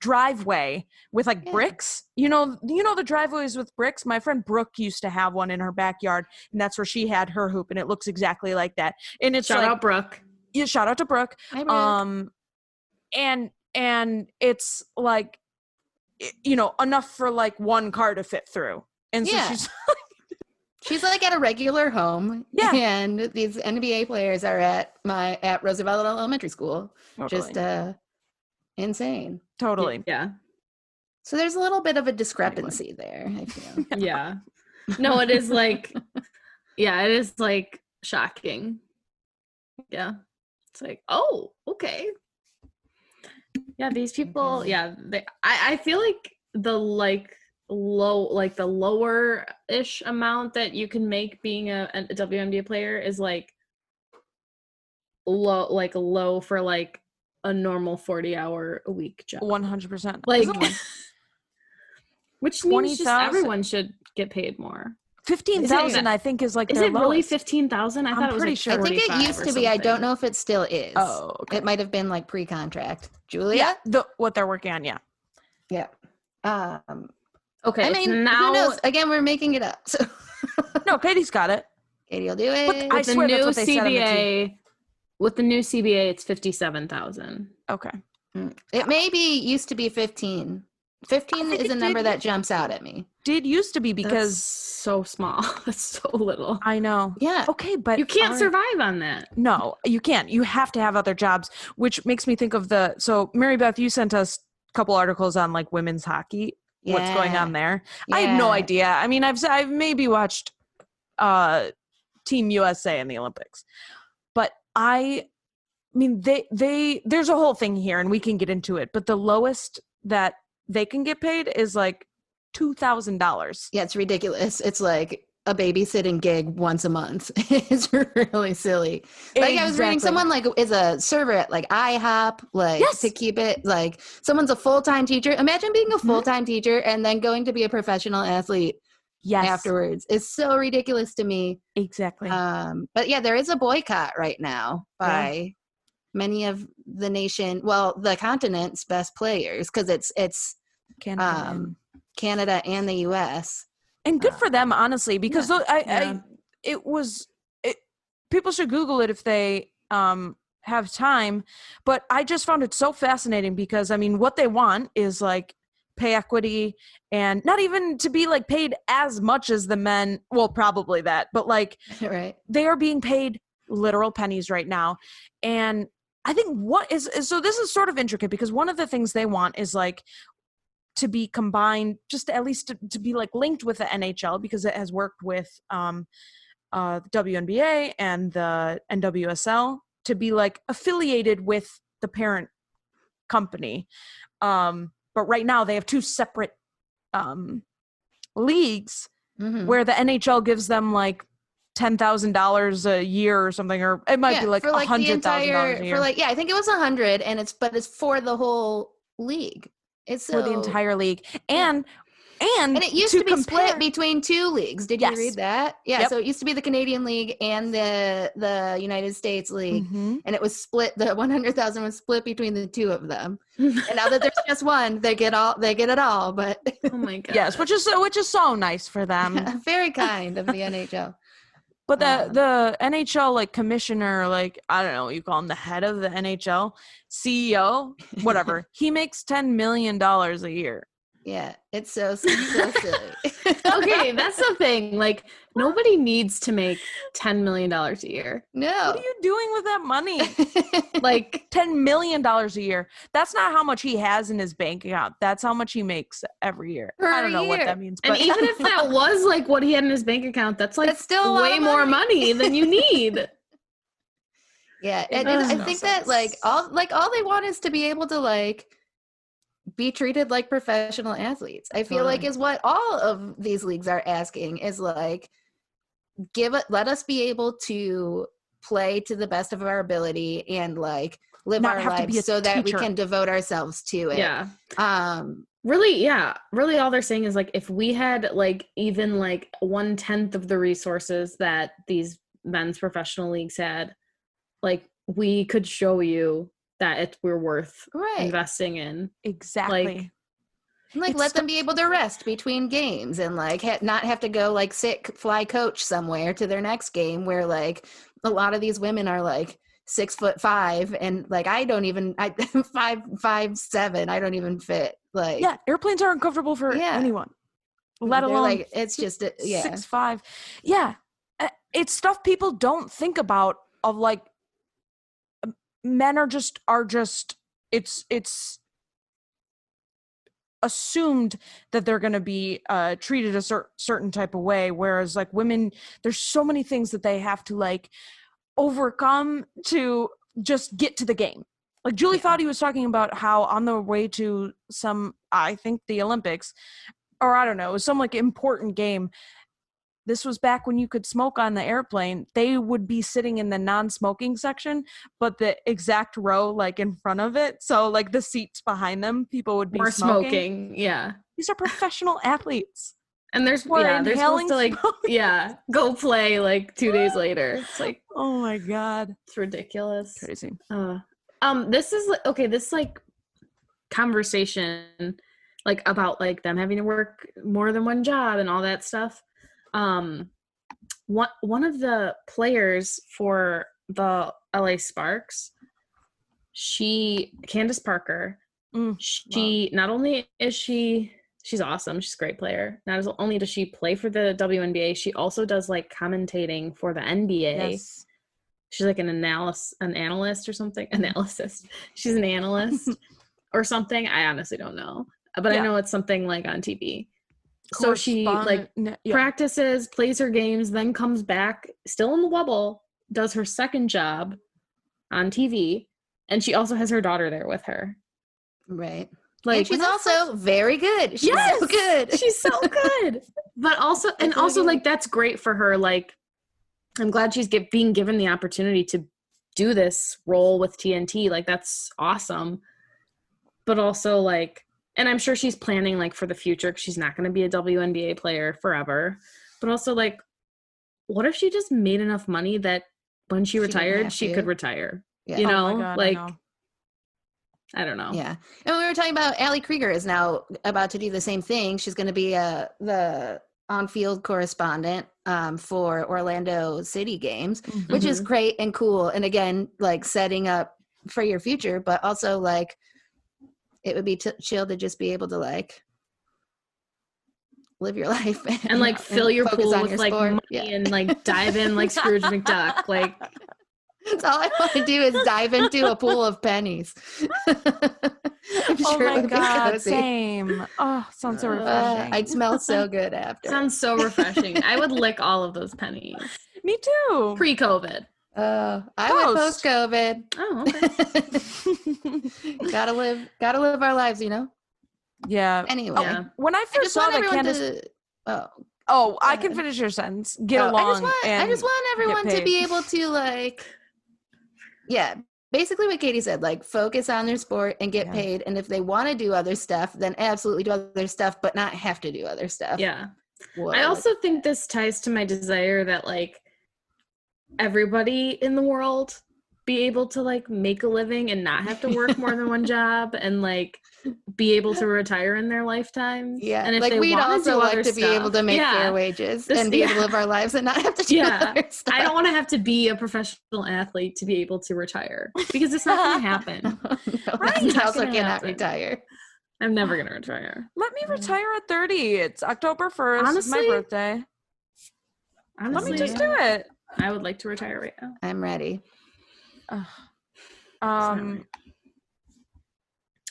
S2: driveway with like
S3: Yeah.
S2: bricks you know you know the driveways with bricks my friend brooke used to have one in her backyard and that's where she had her hoop and it looks exactly like that and it's
S4: Shout
S2: like
S4: out Brooke.
S2: yeah shout out to brooke
S3: Hi, Brooke.
S2: um and and it's like i- you know enough for like one car to fit through and so
S3: Yeah.
S2: she's
S3: She's like at a regular home.
S2: Yeah.
S3: And these NBA players are at my at Roosevelt Elementary School. Just
S2: totally,
S3: uh insane.
S2: totally.
S4: Yeah.
S3: So there's a little bit of a discrepancy there, I feel.
S4: Yeah. No, it is like, yeah, it is like shocking. Yeah. It's like, oh, okay. Yeah, these people,
S3: Mhm.
S4: yeah, they, I, I feel like the like low, like the lower ish amount that you can make being a, a WNBA player is like low, like low for like a normal 40 hour a week job.
S2: 100%
S4: Like,
S2: Isn't it?
S4: Which means just
S2: 20,000.
S4: everyone should get paid more.
S2: Fifteen thousand, I think, is like
S4: Is
S2: their
S4: it really
S2: lowest.
S4: fifteen thousand? I
S2: I'm
S4: thought it was
S2: pretty
S4: like
S2: sure.
S3: I think it
S4: 45
S3: used
S4: or
S3: to be. I don't
S4: something.
S3: know if it still is.
S2: Oh, okay.
S3: It might have been like pre-contract.
S2: yeah,
S3: Julia?
S2: the, what they're working on. Yeah,
S3: Um
S4: Okay,
S3: I
S4: it's
S3: mean,
S4: now
S3: who knows? Again, we're making it up. So
S2: no, Katie's got it.
S3: Katie will do it.
S2: I
S4: with the
S2: swear
S4: new
S2: that's what they said on the
S4: CBA, with the new CBA, it's fifty-seven thousand.
S2: Okay,
S3: Mm. it may be used to be 15. 15
S2: think
S3: is
S2: Oh, it
S3: a number
S2: did
S3: that jumps out at me.
S2: did used to be
S4: Because
S2: because
S4: so small, that's so little.
S2: I know.
S3: Yeah.
S2: Okay, but
S4: You can't
S2: alright.
S4: survive on that.
S2: No, you can't. You have to have other jobs, which makes me think of the. So, Mary Beth, you sent us a couple articles on like women's hockey. What's going
S3: Yeah.
S2: on there? I had no
S3: Yeah.
S2: idea. I mean, I've s- I've maybe watched uh Team USA in the Olympics. But I I mean they they there's a whole thing here and we can get into it, but the lowest that they can get paid is like $2,000.
S3: Yeah, it's ridiculous. It's like a babysitting gig once a month. it's really silly. Like I was reading,
S2: Exactly.
S3: someone like is a server at like IHOP, like
S2: Yes.
S3: to keep it like someone's a full time teacher. Imagine being
S2: Mm-hmm.
S3: a full time teacher and then going to be a professional athlete
S2: Yes.
S3: afterwards. It's so ridiculous to me.
S2: Exactly.
S3: Um, but yeah, there is a boycott right now
S2: Yeah.
S3: by many of the nation, well, the continent's best players because it's it's
S2: Can't imagine.
S3: um, Canada and the U.S.
S2: and good
S3: Uh,
S2: for them honestly because tho- I,
S4: yeah.
S2: I it was it, people should google it if they um have time but i just found it so fascinating because i mean what they want is like pay equity and not even to be like paid as much as the men well probably that but like
S3: right?
S2: they are being paid literal pennies right now and i think what is, is so this is sort of intricate because one of the things they want is like to be combined just at least to, to be like linked with the nhl because it has worked with um uh the wnba and the nwsl to be like affiliated with the parent company um but right now they have two separate um leagues
S3: Mhm.
S2: where the NHL gives them like ten thousand dollars a year or something, or it might
S3: Yeah,
S2: be like
S3: for
S2: a
S3: like the
S2: hundred thousand
S3: entire
S2: dollars a year
S3: for like yeah, I think it was a hundred, and it's but it's for the whole league. It's so,
S2: for the entire league,
S3: Yeah.
S2: and and
S3: and it used to,
S2: to,
S3: be
S2: compare,
S3: split between two leagues. Did
S2: Yes.
S3: you read that? Yeah,
S2: Yep.
S3: so it used to be the Canadian League and the the United States League.
S2: Mhm.
S3: And it was split. The one hundred thousand was split between the two of them. And now that there's just one, they get all they get it all. But
S4: oh my god.
S2: yes, which is so which is so nice for them.
S3: very kind of the NHL.
S2: But the
S3: Um,
S2: the NHL like commissioner, like I don't know, what you call him the head of the NHL, CEO, E whatever. he makes ten million dollars a year.
S3: Yeah, it's so so silly.
S4: okay, that's the thing. Like nobody needs to make ten million dollars a year.
S2: What
S3: no.
S2: are you doing with that money?
S4: Like
S2: ten million dollars a year. That's not how much he has in his bank account. That's how much he makes every year.
S3: Per
S2: I don't know what
S3: year.
S2: that means,
S4: and
S2: but
S4: even if that was like what he had in his bank account, that's like
S3: That's still a lot
S4: way
S3: of
S4: more money
S3: money.
S4: than you need.
S3: Yeah,
S4: It
S3: and, and
S4: makes
S3: I
S4: no
S3: think that like
S4: sense.
S3: all like all they want is to be able to like be treated like professional athletes. I feel like
S2: Totally.
S3: is what all of these leagues are asking is like give it let us be able to play to the best of our ability and like live
S2: Not
S3: our
S2: have to be a
S3: lives so that we
S2: teacher.
S3: can devote ourselves to it.
S4: yeah.
S3: Um
S4: Really, yeah. Really all they're saying is like if we had like even like one tenth of the resources that these men's professional leagues had, like we could show you that it we're worth
S3: right.
S4: investing in.
S2: exactly.
S3: And, like
S2: It's
S3: let them be able to rest between games and like ha- not have to go like sick fly coach somewhere to their next game where like a lot of these women are like six foot five and like I don't even I five five seven I don't even fit like
S2: yeah, airplanes are uncomfortable for
S3: Yeah.
S2: anyone, let
S3: they're,
S2: alone
S3: like it's just a, yeah
S2: six five. Yeah, Uh, it's stuff people don't think about. Of like, um, men are just are just. It's it's assumed that they're going to be uh, treated a cer- certain type of way whereas like women there's so many things that they have to like overcome to just get to the game like julie
S3: Yeah.
S2: foudy was talking about how on the way to some i think the olympics or i don't know it was some like important game This was back when you could smoke on the airplane. They would be sitting in the non-smoking section, but the exact row like in front of it. So like the seats behind them, people would be
S4: We're
S2: smoking.
S4: smoking. Yeah.
S2: These are professional athletes.
S4: And there's
S2: We're
S4: yeah, they're supposed
S2: inhaling
S4: to like
S2: smoke.
S4: yeah, go play like two days later. It's like
S2: Oh my god.
S4: it's ridiculous.
S2: Crazy.
S4: Uh, um, this is like- okay. This like conversation, like about like them having to work more than one job and all that stuff. Um, one one of the players for the LA Sparks, she Candace Parker.
S2: Mm,
S4: she not only is she she's awesome. She's a great player. Not as- only does she play for the WNBA, she also does like commentating for the NBA
S2: Yes.
S4: she's like an analyst an analyst or something analysis she's an analyst or something i honestly don't know but i
S2: Yeah.
S4: know it's something like on tv so she like
S2: Correspondent- yeah.
S4: practices plays her games then comes back still in the bubble does her second job on tv and she also has her daughter there with her
S3: Right.
S4: like
S3: and she's
S4: when I
S3: also very good. She's so
S4: Yes!
S3: good.
S4: She's so good. But also, and
S3: That's what I
S4: also,
S3: mean.
S4: like that's great for her. Like, I'm glad she's get, being given the opportunity to do this role with TNT. Like, that's awesome. But also, like, and I'm sure she's planning like for the future. 'cause She's not going to be a WNBA player forever. But also, like, what if she just made enough money that when she,
S3: She didn't
S4: retired,
S3: have
S4: she
S3: to.
S4: could retire?
S3: Yeah.
S4: You
S2: Oh my
S4: know,
S2: God, I
S4: like,
S2: know.
S4: I don't know.
S3: Yeah. And we were talking about Allie Krieger is now about to do the same thing. She's going to be uh, the on field correspondent um, for Orlando City games,
S2: Mhm.
S3: which
S4: Mm-hmm.
S3: is great and cool. And again, like setting up for your future, but also like it would be t- chill to just be able to like live your life
S4: and like fill your
S3: focus
S4: pool
S3: on
S4: with like
S3: sport.
S4: money
S3: Yeah.
S4: and like dive in like Scrooge McDuck. Like
S3: That's all I want to do is dive into a pool of pennies. I'm
S2: Oh
S3: sure it
S2: my
S3: would be
S2: god,
S3: cozy.
S2: same. Oh, sounds so
S3: Uh,
S2: refreshing.
S3: I'd smell so good after.
S4: sounds so refreshing. I would lick all of those pennies
S2: Me
S3: Oh.
S2: too.
S4: pre-COVID.
S3: Uh, I would
S2: Post.
S3: post COVID.
S4: Oh, okay.
S3: gotta live, gotta live our lives, you know.
S2: yeah.
S3: Anyway,
S4: yeah.
S2: When I
S3: I
S2: first
S3: just
S2: saw
S3: want
S2: that
S3: everyone
S2: Candace,
S3: to. Oh,
S2: oh, I can
S3: ahead.
S2: finish your sentence. Get
S3: oh,
S2: along.
S3: I just want, I
S2: and-
S3: just want everyone
S2: paid.
S3: to be able to like, yeah. Basically, what Katie said, like focus on their sport and get
S2: Yeah.
S3: paid. And if they want to do other stuff, then absolutely do other stuff, but not have to do other stuff.
S4: Yeah.
S3: Whoa,
S4: I also think this ties to my desire that like everybody in the world be able to like make a living and not have to work more than one job and like be able to retire in their lifetime.
S3: Yeah,
S4: And if
S3: like
S4: they
S3: we'd
S4: wanna
S3: also
S4: do
S3: like
S4: other
S3: to be able
S4: stuff-
S3: to make
S4: yeah.
S3: fair wages
S4: This-
S3: and be able
S4: yeah.
S3: to live our lives and not have to do
S4: Yeah.
S3: other stuff.
S4: I don't want to have to be a professional athlete to be able to retire because it's not going to happen.
S3: no,
S4: Right,
S3: I
S4: not
S3: also
S4: gonna
S3: cannot
S4: happen.
S3: retire.
S4: I'm never going to retire.
S2: Let me
S3: Yeah.
S2: retire at 30. It's October 1st. It's my
S4: Honestly,
S2: birthday. Let
S4: Honestly,
S2: me just do it.
S4: I would like to retire right now.
S3: I'm ready.
S2: Ugh.
S4: not
S2: Um,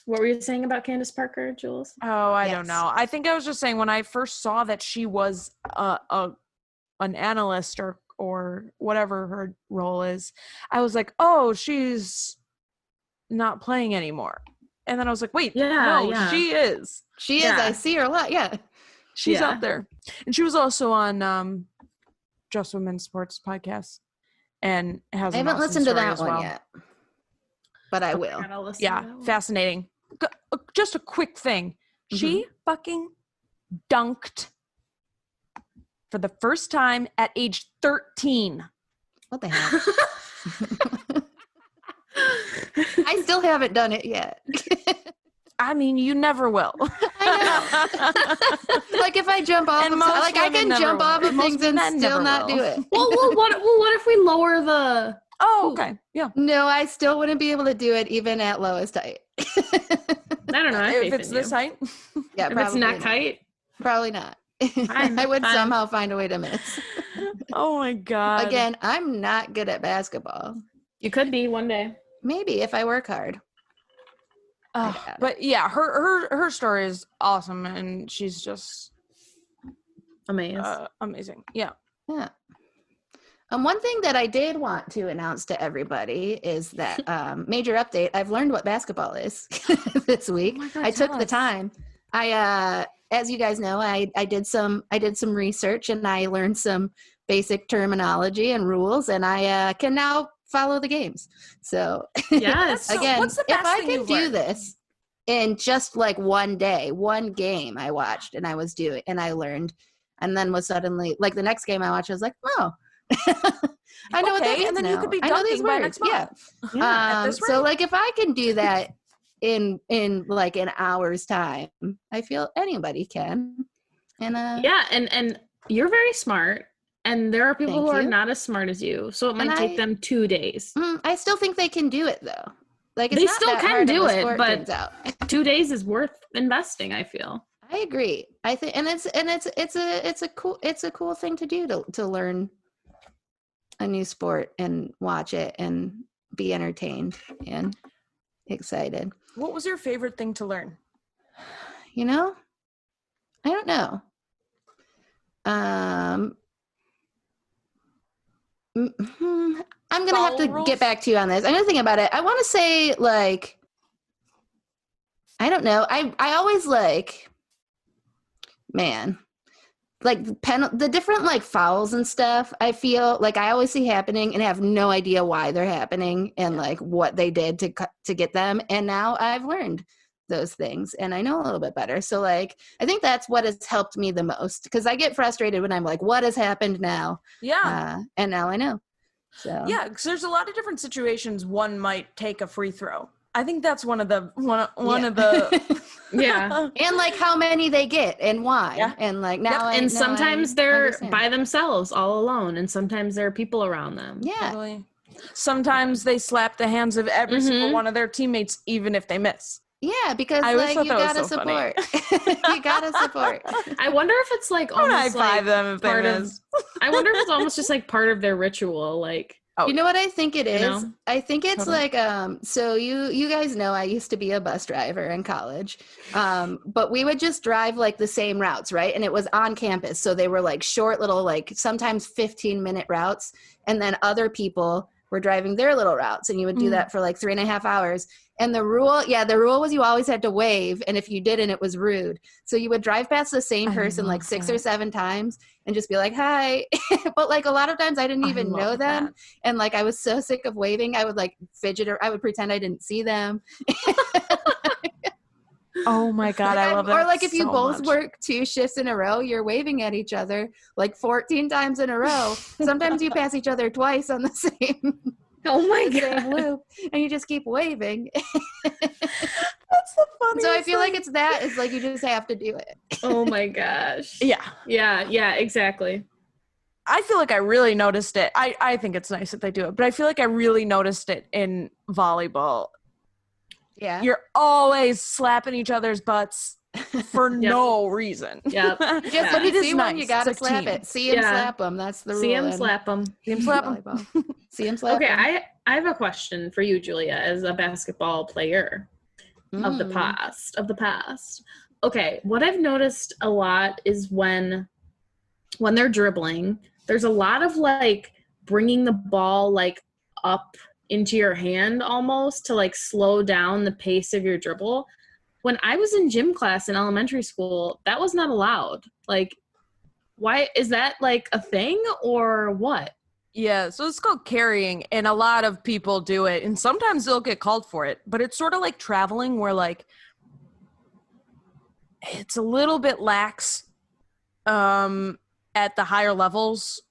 S4: What were you saying about Candace Parker, Jules?
S2: oh, I don't
S3: Yes.
S2: know. I think I was just saying when I first saw that she was a, a an analyst or or whatever her role is, I was like, "Oh, she's not playing anymore." And then I was like, "Wait,
S4: Yeah,
S2: no,
S4: yeah.
S2: she is.
S3: She is.
S4: Yeah.
S3: I see her a lot. Yeah.
S2: She's
S4: Yeah.
S2: out there." And she was also on um Just Women Sports podcast and has
S3: I
S2: an
S3: haven't
S2: awesome
S3: listened to
S2: story
S3: that
S2: as
S3: one
S2: well.
S3: yet, but I will.
S4: God, I'll listen to
S2: yeah
S4: that one.
S2: fascinating G- uh, just a quick thing she fucking dunked for the first time at age 13
S3: What the hell? I still haven't done it yet.
S2: i mean you never will
S3: I know. like if I jump off,
S2: And
S3: of,
S2: most
S3: like I
S2: women
S3: can
S2: never
S3: jump
S2: will.
S3: off of
S2: Most
S3: things and
S2: men
S3: still
S2: never
S3: not do
S2: will.
S3: it.
S4: well, well, what, well, what if we lower the?
S2: oh okay yeah
S3: No, I still wouldn't be able to do it even at lowest height.
S4: I don't know. I have
S2: if
S4: faith
S2: it's
S4: in
S2: this
S4: you.
S2: height
S3: yeah,
S4: if it's not tight,
S3: Probably not.
S4: Fine,
S3: I would
S4: fine.
S3: somehow find a way to miss.
S2: oh my god
S3: Again, I'm not good at basketball.
S4: you could be one day.
S3: Maybe if I work hard.
S2: Ugh,
S3: got it.
S2: but yeah her her her story is awesome and she's just
S4: Amazing.
S2: uh, amazing yeah
S3: Yeah. Um, one thing that I did want to announce to everybody is that um, major update. I've learned what basketball is this week.
S2: my God,
S3: I took
S2: Oh, tell
S3: the
S2: us.
S3: time. I uh as you guys know, I I did some I did some research and I learned some basic terminology and rules and I uh can now follow the games. So
S4: Yes.
S2: So
S3: again,
S2: what's the
S3: if
S2: best
S3: I
S2: thing
S3: could
S2: you've
S3: do
S2: learned?
S3: this in just like one day, one game I watched and I was doing and I learned and then was suddenly like the next game I watched I was like, "Oh, I know what
S2: Okay,
S3: that means
S2: and then you
S3: now.
S2: could be
S3: I know these
S2: dunking by next
S3: words. Yeah.
S4: yeah.
S2: at
S3: Um,
S2: this
S3: so
S2: rate.
S3: like if I can do that in in like an hour's time, I feel anybody can. And uh
S4: yeah. And and you're very smart. And there are people
S3: Thank
S4: who are
S3: you.
S4: not as smart as you. So it might
S3: And
S4: take
S3: I-
S4: them two days.
S3: mm, I still think they can do it though. Like it's
S4: They
S3: not
S4: still
S3: that
S4: can
S3: hard of
S4: do
S3: a
S4: it,
S3: sport,
S4: but-
S3: turns out.
S4: Two days is worth investing, I feel.
S3: I agree. I think and it's and it's it's a it's a cool it's a cool thing to do to to learn a new sport and watch it and be entertained and excited.
S2: What was your favorite thing to learn?
S3: you know i don't know um mm, hmm, i'm gonna have
S2: Follow
S3: to
S2: rules?
S3: get back to you on this i'm gonna think about it i want to say like i don't know i i always like man like pen the different like fouls and stuff i feel like i always see happening and have no idea why they're happening and like what they did to cu- to get them and now i've learned those things and i know a little bit better so like i think that's what has helped me the most because i get frustrated when i'm like what has happened now
S2: Yeah.
S3: uh, and now i know so
S2: Yeah, because there's a lot of different situations one might take a free throw. I think that's one of the one of- one
S3: yeah.
S2: of the
S4: Yeah.
S3: and like how many they get and why
S2: Yeah.
S3: and like now I,
S4: and
S3: now I
S4: sometimes they're
S3: understand.
S4: by themselves all alone and sometimes there are people around them
S3: yeah
S2: Totally. Sometimes they slap the hands of every
S4: Mhm.
S3: Mm-hmm.
S2: single one of their teammates, even if they miss.
S3: yeah because
S2: I always
S3: like you
S2: thought that
S3: gotta
S2: was so funny.
S3: support you gotta support
S4: i wonder if it's
S3: Oh,
S4: like
S2: Don't high
S4: almost
S2: five
S4: like,
S2: them if they
S4: part of-
S2: miss.
S4: i wonder if it's almost just like part of their ritual like
S2: Oh,
S3: you know what I think it is?
S4: know?
S3: I think it's
S2: Totally.
S3: like um so you you guys know I used to be a bus driver in college. Um but we would just drive like the same routes, right? And it was on campus, so they were like short little like sometimes 15 minute routes and then other people were driving their little routes and you would do
S2: Mm.
S3: that for like three and a half hours. And the rule, yeah, the rule was you always had to wave and if you didn't it was rude. So you would drive past the same
S2: I
S3: person like
S2: love
S3: six
S2: that.
S3: or seven times and just be like, "Hi." but like a lot of times I didn't
S2: I
S3: even
S2: love
S3: know them
S2: that.
S3: and like I was so sick of waving, I would like fidget or I would pretend I didn't see them.
S2: Oh my god,
S3: Like,
S2: I
S3: I'm-
S2: love that.
S3: Or like if you
S2: so
S3: both
S2: much.
S3: work two shifts in a row, you're waving at each other like 14 times in a row. Sometimes you pass each other twice on the same,
S4: oh my
S3: the same loop, and you just keep waving.
S2: that's the funniest.
S3: so I feel like
S2: thing.
S3: it's that. It's like you just have to do it.
S4: oh my gosh
S2: yeah.
S4: yeah yeah exactly
S2: I feel like I really noticed it. I I think it's nice that they do it, but I feel like I really noticed it in volleyball.
S3: Yeah.
S2: You're always slapping each other's butts for no reason.
S4: Yep.
S3: just
S4: Yeah.
S3: when you
S2: It is
S3: see one,
S2: nice.
S3: you
S2: It's
S3: gotta
S2: like
S3: slap
S2: team.
S3: it. See him
S4: Yeah.
S3: slap him. That's the rule.
S4: see him
S3: in
S4: slap him
S2: Team slap 'em.
S3: volleyball. See him slap
S4: okay
S3: 'em.
S4: i i have a question for you julia as a basketball player of the
S3: Mm.
S4: past of the past okay what i've noticed a lot is when when they're dribbling there's a lot of like bringing the ball like up into your hand almost to like slow down the pace of your dribble when i was in gym class in elementary school that was not allowed like why is that like a thing or what
S2: Yeah, so it's called carrying, and a lot of people do it, and sometimes they'll get called for it. But it's sort of like traveling, where like it's a little bit lax um, at the higher levels.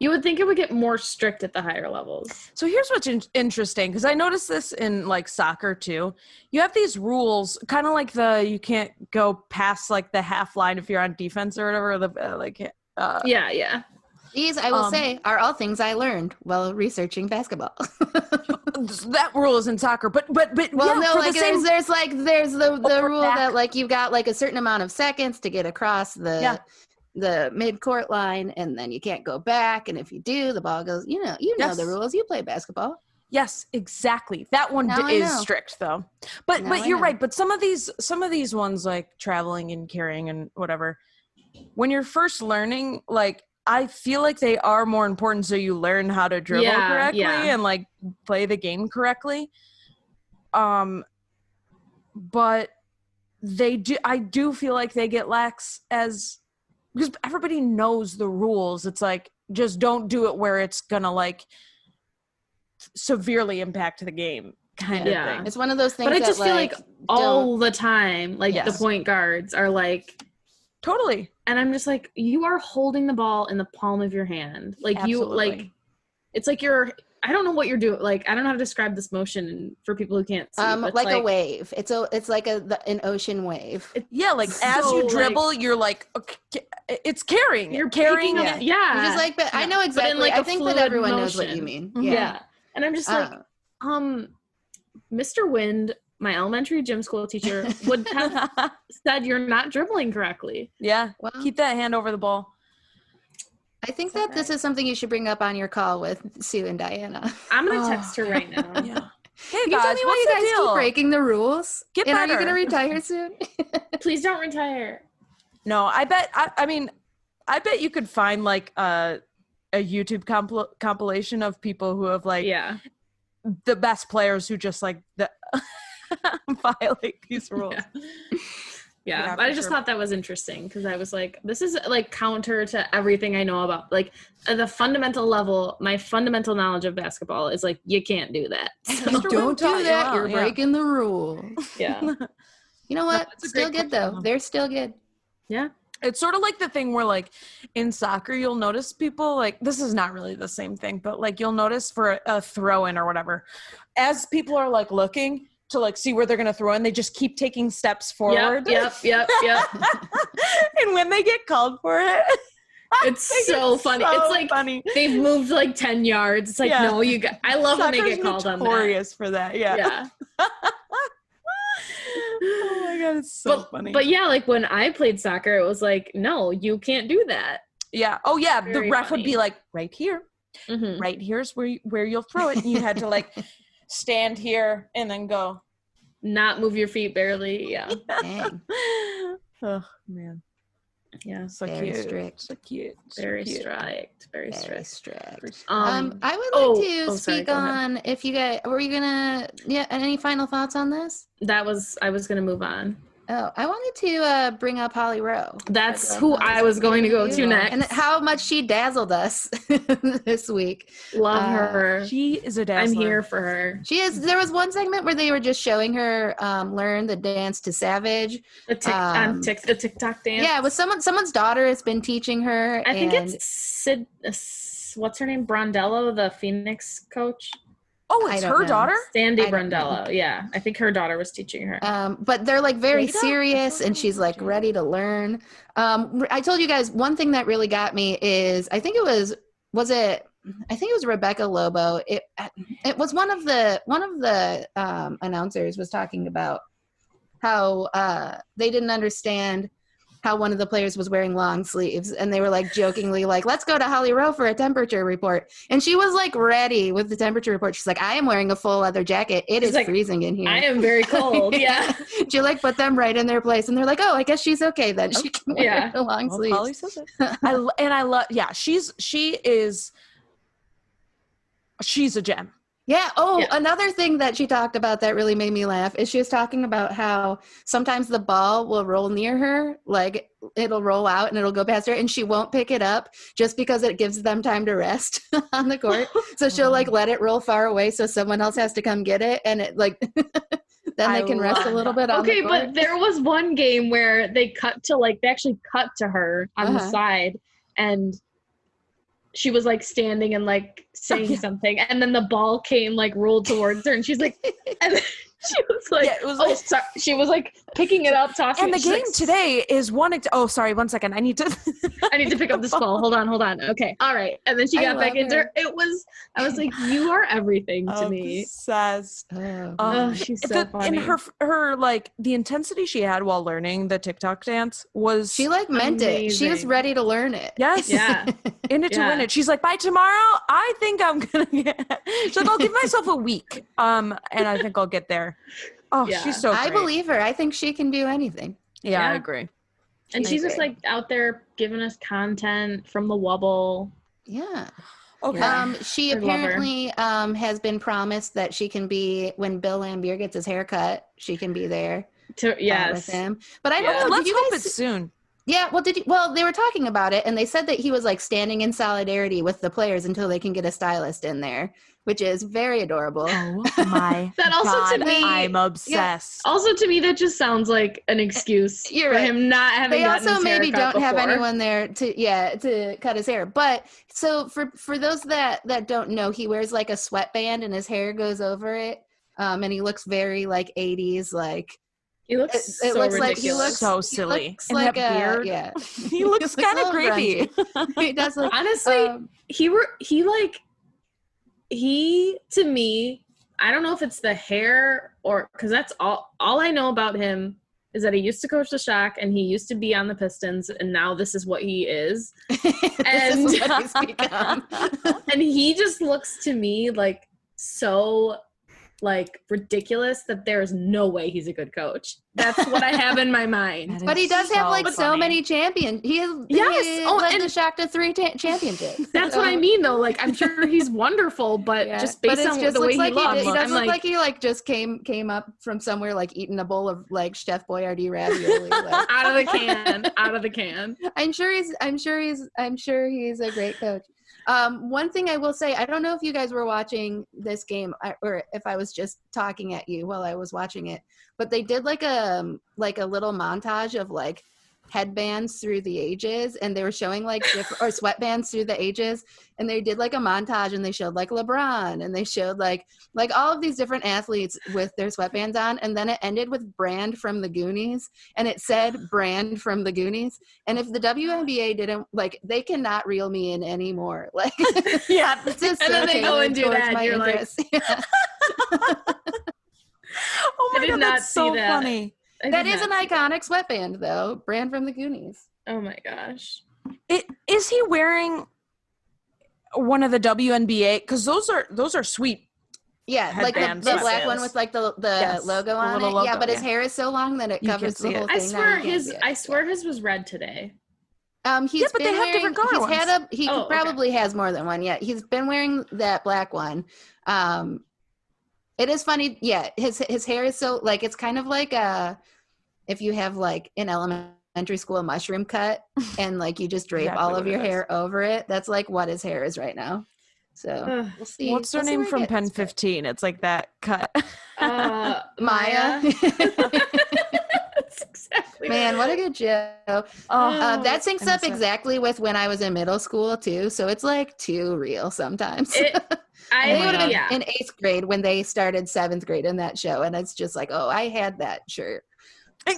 S4: you would think it would get more strict at the higher levels
S2: So here's what's in- interesting because I noticed this in like soccer too. You have these rules, kind of like the you can't go past like the half line if you're on defense or whatever. The uh, like uh,
S4: yeah yeah
S3: These, I will
S2: Um,
S3: say, are all things I learned while researching basketball.
S2: that rule is in soccer, but but but
S3: Well,
S2: yeah,
S3: no,
S2: for
S3: like
S2: the
S3: there's
S2: same
S3: there's like there's the the
S2: Over
S3: rule
S2: back.
S3: that like you've got like a certain amount of seconds to get across the
S2: Yeah.
S3: the mid court line, and then you can't go back. And if you do, the ball goes. You know, you know the
S2: Yes.
S3: rules. You play basketball.
S2: Yes, exactly. That one
S3: Now I
S2: d- is
S3: know.
S2: strict though. But
S3: Now I
S2: but you're
S3: know.
S2: right, but some of these some of these ones like traveling and carrying and whatever when you're first learning like I feel like they are more important so you learn how to dribble
S4: Yeah,
S2: correctly
S4: yeah.
S2: and like play the game correctly. Um but they do i do feel like they get lax as because everybody knows the rules it's like just don't do it where it's gonna like severely impact the game kind
S4: Yeah.
S2: of thing
S3: It's one of those things.
S4: But I
S3: that,
S4: just feel like all the time, like the
S2: Yes.
S4: point guards are like,
S2: totally
S4: and I'm just like, you are holding the ball in the palm of your hand. Like you, like
S2: Absolutely.
S4: it's like you're. I don't know what you're doing. Like I don't know how to describe this motion for people who can't see.
S3: um,
S4: but
S3: like,
S4: it's
S3: a wave. It's a it's like a the, an ocean wave.
S4: It-
S2: yeah like as
S4: So,
S2: you
S4: like-
S2: dribble you're like okay, it's carrying it,
S4: You're
S2: carrying
S4: picking up-
S2: it.
S4: Yeah.
S3: You're just like, but I know exactly.
S4: like,
S3: I
S4: a
S3: think that
S4: fluid
S3: everyone knows what you
S4: motion.
S3: mean.
S2: Mhm.
S4: yeah.
S3: Yeah.
S4: And I'm just like,
S3: Uh,
S4: um, Mr. Wind, my elementary gym school teacher, would have said you're not dribbling correctly.
S2: yeah
S3: well,
S2: keep that hand over the ball
S3: I think that this is something you should bring up on your call with Sue and Diana.
S4: I'm gonna
S2: Oh.
S4: text her right now.
S2: yeah hey
S3: Can you
S2: guys
S3: tell me why
S2: what's
S3: you
S2: the
S3: guys
S2: deal?
S3: keep breaking the rules?
S2: Get
S3: and are you going to
S2: better.
S3: retire soon?
S4: Please don't retire.
S2: No, I bet. I, I mean, I bet you could find like a a YouTube compil- compilation of people who have like
S4: Yeah.
S2: the best players who just like the violate these rules.
S4: Yeah. Yeah,
S2: Yeah,
S4: I
S2: for
S4: just
S2: sure.
S4: thought that was interesting because I was like, this is like counter to everything I know about. Like, at the fundamental level, my fundamental knowledge of basketball is like, you can't do that. So,
S2: Mr. Wynn taught you how, yeah.
S3: breaking the rules.
S4: yeah.
S3: You know what?
S2: that's a
S3: still
S2: great question,
S3: good though.
S2: though.
S3: They're still good.
S2: It's sort of like the thing where like in soccer you'll notice people like this is not really the same thing, but like you'll notice for a, a throw in or whatever, as people are like looking to like see where they're gonna throw in, they just keep taking steps forward.
S4: Yep, yep, yep, yep.
S2: and when they get called for it,
S4: It's so funny. it's
S2: so
S4: like
S2: funny.
S4: they've moved like 10 yards. It's like,
S2: Yeah.
S4: no, you got, I love when they
S2: Soccer's
S4: get called on that.
S2: notorious for that.
S4: Yeah.
S2: Yeah. oh my god, it's so
S4: but,
S2: funny.
S4: but yeah, like when I played soccer, it was like, no, you can't do that.
S2: yeah, oh yeah, the
S4: Very
S2: ref would
S4: funny.
S2: be like, right here,
S4: Mhm.
S2: right here's where you, where you'll throw it. And you had to like stand here and then go.
S4: Not move your feet barely. Yeah.
S3: Dang.
S2: oh man,
S4: Yeah.
S2: so
S3: Very
S2: cute,
S3: strict.
S2: so cute, so
S4: Very
S2: cute.
S4: strict. Very
S3: Very
S4: strict.
S3: strict.
S4: Um,
S3: Um, I would like
S4: oh,
S3: to
S4: oh, sorry,
S3: speak
S4: go ahead.
S3: on if you guys were you gonna yeah. And any final thoughts on this?
S4: that was I was gonna move on.
S3: Oh, I wanted to uh, bring up Holly Rowe.
S4: That's who I was going to go to next.
S3: and how much she dazzled us this week.
S4: Love
S3: uh,
S4: her.
S2: She is a
S4: I'm
S2: dazzler.
S4: here for her.
S3: She is. There was one segment where they were just showing her um, learn the dance to Savage.
S4: The tick,
S3: Um,
S4: um, tick, the TikTok dance.
S3: Yeah, with someone someone's daughter has been teaching her.
S4: I think
S3: and
S4: it's Sid. uh, S- What's her name? Brondello, the Phoenix coach.
S2: Oh,
S3: I
S2: it's
S3: don't
S2: her
S3: know.
S2: daughter.
S4: Sandy
S3: I don't know.
S4: Brondello. Yeah, I think her daughter was teaching her.
S3: Um, but they're like very
S2: Jada? I
S3: serious,
S2: don't
S3: and
S2: know
S3: she's
S2: who
S3: like
S2: Jada
S3: ready to learn. Um, I told you guys one thing that really got me is I think it was was it I think it was Rebecca Lobo. It it was one of the one of the um, announcers was talking about how uh, they didn't understand how one of the players was wearing long sleeves and they were like jokingly like let's go to holly rowe for a temperature report and she was like ready with the temperature report she's like i am wearing a full leather jacket It
S4: She's
S3: is
S4: like,
S3: freezing in here
S4: I am very cold. yeah,
S3: she like put them right in their place, and they're like, "Oh, I guess she's okay then. She can wear
S4: Oh, Yeah.
S3: the long
S2: Well,
S3: sleeves."
S2: Polly says it. I lo- and I love. Yeah, she's she is. She's a gem.
S3: Yeah. Oh,
S4: Yeah.
S3: another thing that she talked about that really made me laugh is she was talking about how sometimes the ball will roll near her, like it'll roll out and it'll go past her, and she won't pick it up just because it gives them time to rest on the court. So she'll like let it roll far away, so someone else has to come get it, and it like then
S2: I
S3: they can rest a
S2: love
S3: little bit. On
S4: okay
S3: the court.
S4: but there was one game where they cut to like they actually cut to her on the
S3: Uh-huh.
S4: side and she was like standing and like saying something and then the ball came like rolled towards her and she's like and then she was like
S2: yeah, it was
S4: oh sorry she was like picking it up tossing
S2: and
S4: it.
S2: the
S4: She's
S2: game
S4: like,
S2: today is one. Ex- oh, sorry, one second. I need to.
S4: i need to pick up this ball hold on hold on okay all right and then she
S3: I
S4: got back
S3: love
S4: into
S3: her.
S4: her. it was i was like you are everything
S2: Oh,
S4: to me
S2: Obsessed.
S3: Oh,
S4: oh
S2: Um,
S4: she's so
S2: The-
S4: funny
S2: and her her like the intensity she had while learning the TikTok dance was
S3: She like meant it. She was
S4: Amazing.
S3: ready to learn it.
S2: yes
S4: yeah
S2: in it to win
S4: yeah.
S2: it. She's like by tomorrow I think I'm gonna get. She's like I'll give myself a week. Um, and I think I'll get there. Oh,
S4: Yeah.
S2: she's so.
S3: I
S2: great.
S3: believe her. I think she can do anything.
S2: Yeah, I
S4: Yeah.
S2: agree.
S4: and
S3: I
S4: she's just
S3: agree.
S4: like out there giving us content from the wobble
S3: Yeah.
S2: Okay.
S4: Yeah.
S3: Um, she
S4: I love her.
S3: apparently um, has been promised that she can be when Bill Lambier gets his haircut, she can be there.
S4: to
S3: with
S4: yes.
S3: him. But I don't
S4: Yeah.
S3: know.
S2: Let's
S3: did you
S2: hope
S3: guys,
S2: it's soon.
S3: yeah. Well, did you? Well, they were talking about it, and they said that he was like standing in solidarity with the players until they can get a stylist in there, which is very adorable.
S2: Oh my
S4: That also to
S2: God,
S4: me-
S2: I'm obsessed.
S4: Also, to me, that just sounds like an excuse
S3: Eh, You're
S4: for
S3: right.
S4: him not having.
S3: they
S4: gotten
S3: also
S4: his
S3: maybe
S4: haircut
S3: don't have
S4: before.
S3: anyone there to yeah to cut his hair but so for for those that that don't know he wears like a sweatband and his hair goes over it um and he looks very like 80s like
S4: He looks.
S3: it, it
S4: so
S3: looks like he
S4: ridiculous.
S3: looks
S2: So
S3: he
S2: silly.
S3: looks
S2: And
S3: like
S2: that
S3: a-
S2: beard.
S3: yeah
S2: he looks
S3: looks a
S2: kind of
S3: little
S2: creepy.
S3: he does look
S4: Honestly,
S3: um,
S4: he were he like he to me i don't know if it's the hair or because that's all all i know about him is that he used to coach the shock and he used to be on the pistons and now this is what he is
S3: this is what he's become
S4: and he just looks to me like so like ridiculous that there is no way he's a good coach that's what i have in my mind
S3: but he does have like so many champion he has
S4: Yes,
S3: he
S4: oh,
S3: led
S4: and-
S3: the shock to three ta- championships
S4: that's what i
S3: So-
S4: mean though like i'm sure he's wonderful but
S3: Oh. Yeah,
S4: just
S3: but
S4: based
S3: it's
S4: on
S3: just
S4: the way he
S3: looks like
S4: looks
S3: He, did- he
S4: i'm
S3: does look
S4: like,
S3: like, he like just came came up from somewhere like eating a bowl of like Chef Boyardee ravioli. like,
S4: out of the can out of the can
S3: I'm sure he's I'm sure he's I'm sure he's a great coach. Um, one thing I will say, I don't know if you guys were watching this game I- or if I was just talking at you while I was watching it, but they did like a um, like a little montage of like headbands through the ages and they were showing like different or sweatbands through the ages and they did like a montage and they showed like LeBron and they showed like like all of these different athletes with their sweatbands on and then it ended with Brand from the Goonies and it said Brand from the Goonies and if the WNBA didn't like they cannot reel me in anymore like
S2: yeah.
S3: it's just
S4: And
S3: so
S4: then they go
S3: tailored
S4: and do
S3: towards
S4: that, and
S3: my
S4: you're like-
S3: interests.
S2: Oh my
S4: I did
S2: god,
S4: not
S2: that's
S4: see
S2: so
S4: that.
S2: funny.
S4: I
S3: that
S4: did
S3: is an
S4: not see that.
S3: iconic sweatband though Brand from the Goonies
S4: Oh my gosh.
S2: It, is he wearing one of the WNBA? Because those are those are sweet.
S3: Yeah,
S2: Headbands,
S3: like the,
S2: yes,
S3: the black one
S2: yes.
S3: with like the the
S2: Yes,
S3: logo
S2: the
S3: on it.
S2: little
S3: yeah,
S2: logo,
S3: but his
S2: yeah.
S3: hair is so long that it
S2: You
S3: covers
S2: can't
S3: the
S2: see it.
S3: whole
S4: I
S3: thing. now you
S4: swear
S3: can't
S4: his
S3: see it.
S4: I swear his was red today.
S3: Um, he's
S2: but they
S3: been
S2: have
S3: wearing,
S2: different color
S3: He's had a. He
S4: Oh, okay.
S3: probably has more than one. Yeah, he's been wearing that black one. Um, it is funny. Yeah, his his hair is so like it's kind of like uh if you have like an elementary school mushroom cut and like you just drape
S2: Exactly
S3: all of
S2: what it
S3: your
S2: is.
S3: hair over it. That's like what his hair is right now. So
S4: Ugh.
S3: we'll see.
S2: Uh, What's her
S3: we'll see
S2: name
S3: where it
S2: from
S3: gets,
S2: Pen
S3: but-
S2: Fifteen? It's like that cut.
S4: Uh,
S3: Maya.
S4: That's exactly
S3: Man, what a good show.
S2: oh,
S3: Uh,
S4: Oh,
S3: that syncs
S2: I
S3: up
S2: miss it.
S3: exactly with when I was in middle school too. So it's like too real sometimes.
S4: It- I
S3: they would have been
S4: yeah.
S3: in eighth grade when they started seventh grade in that show, and it's just like, oh, I had that shirt.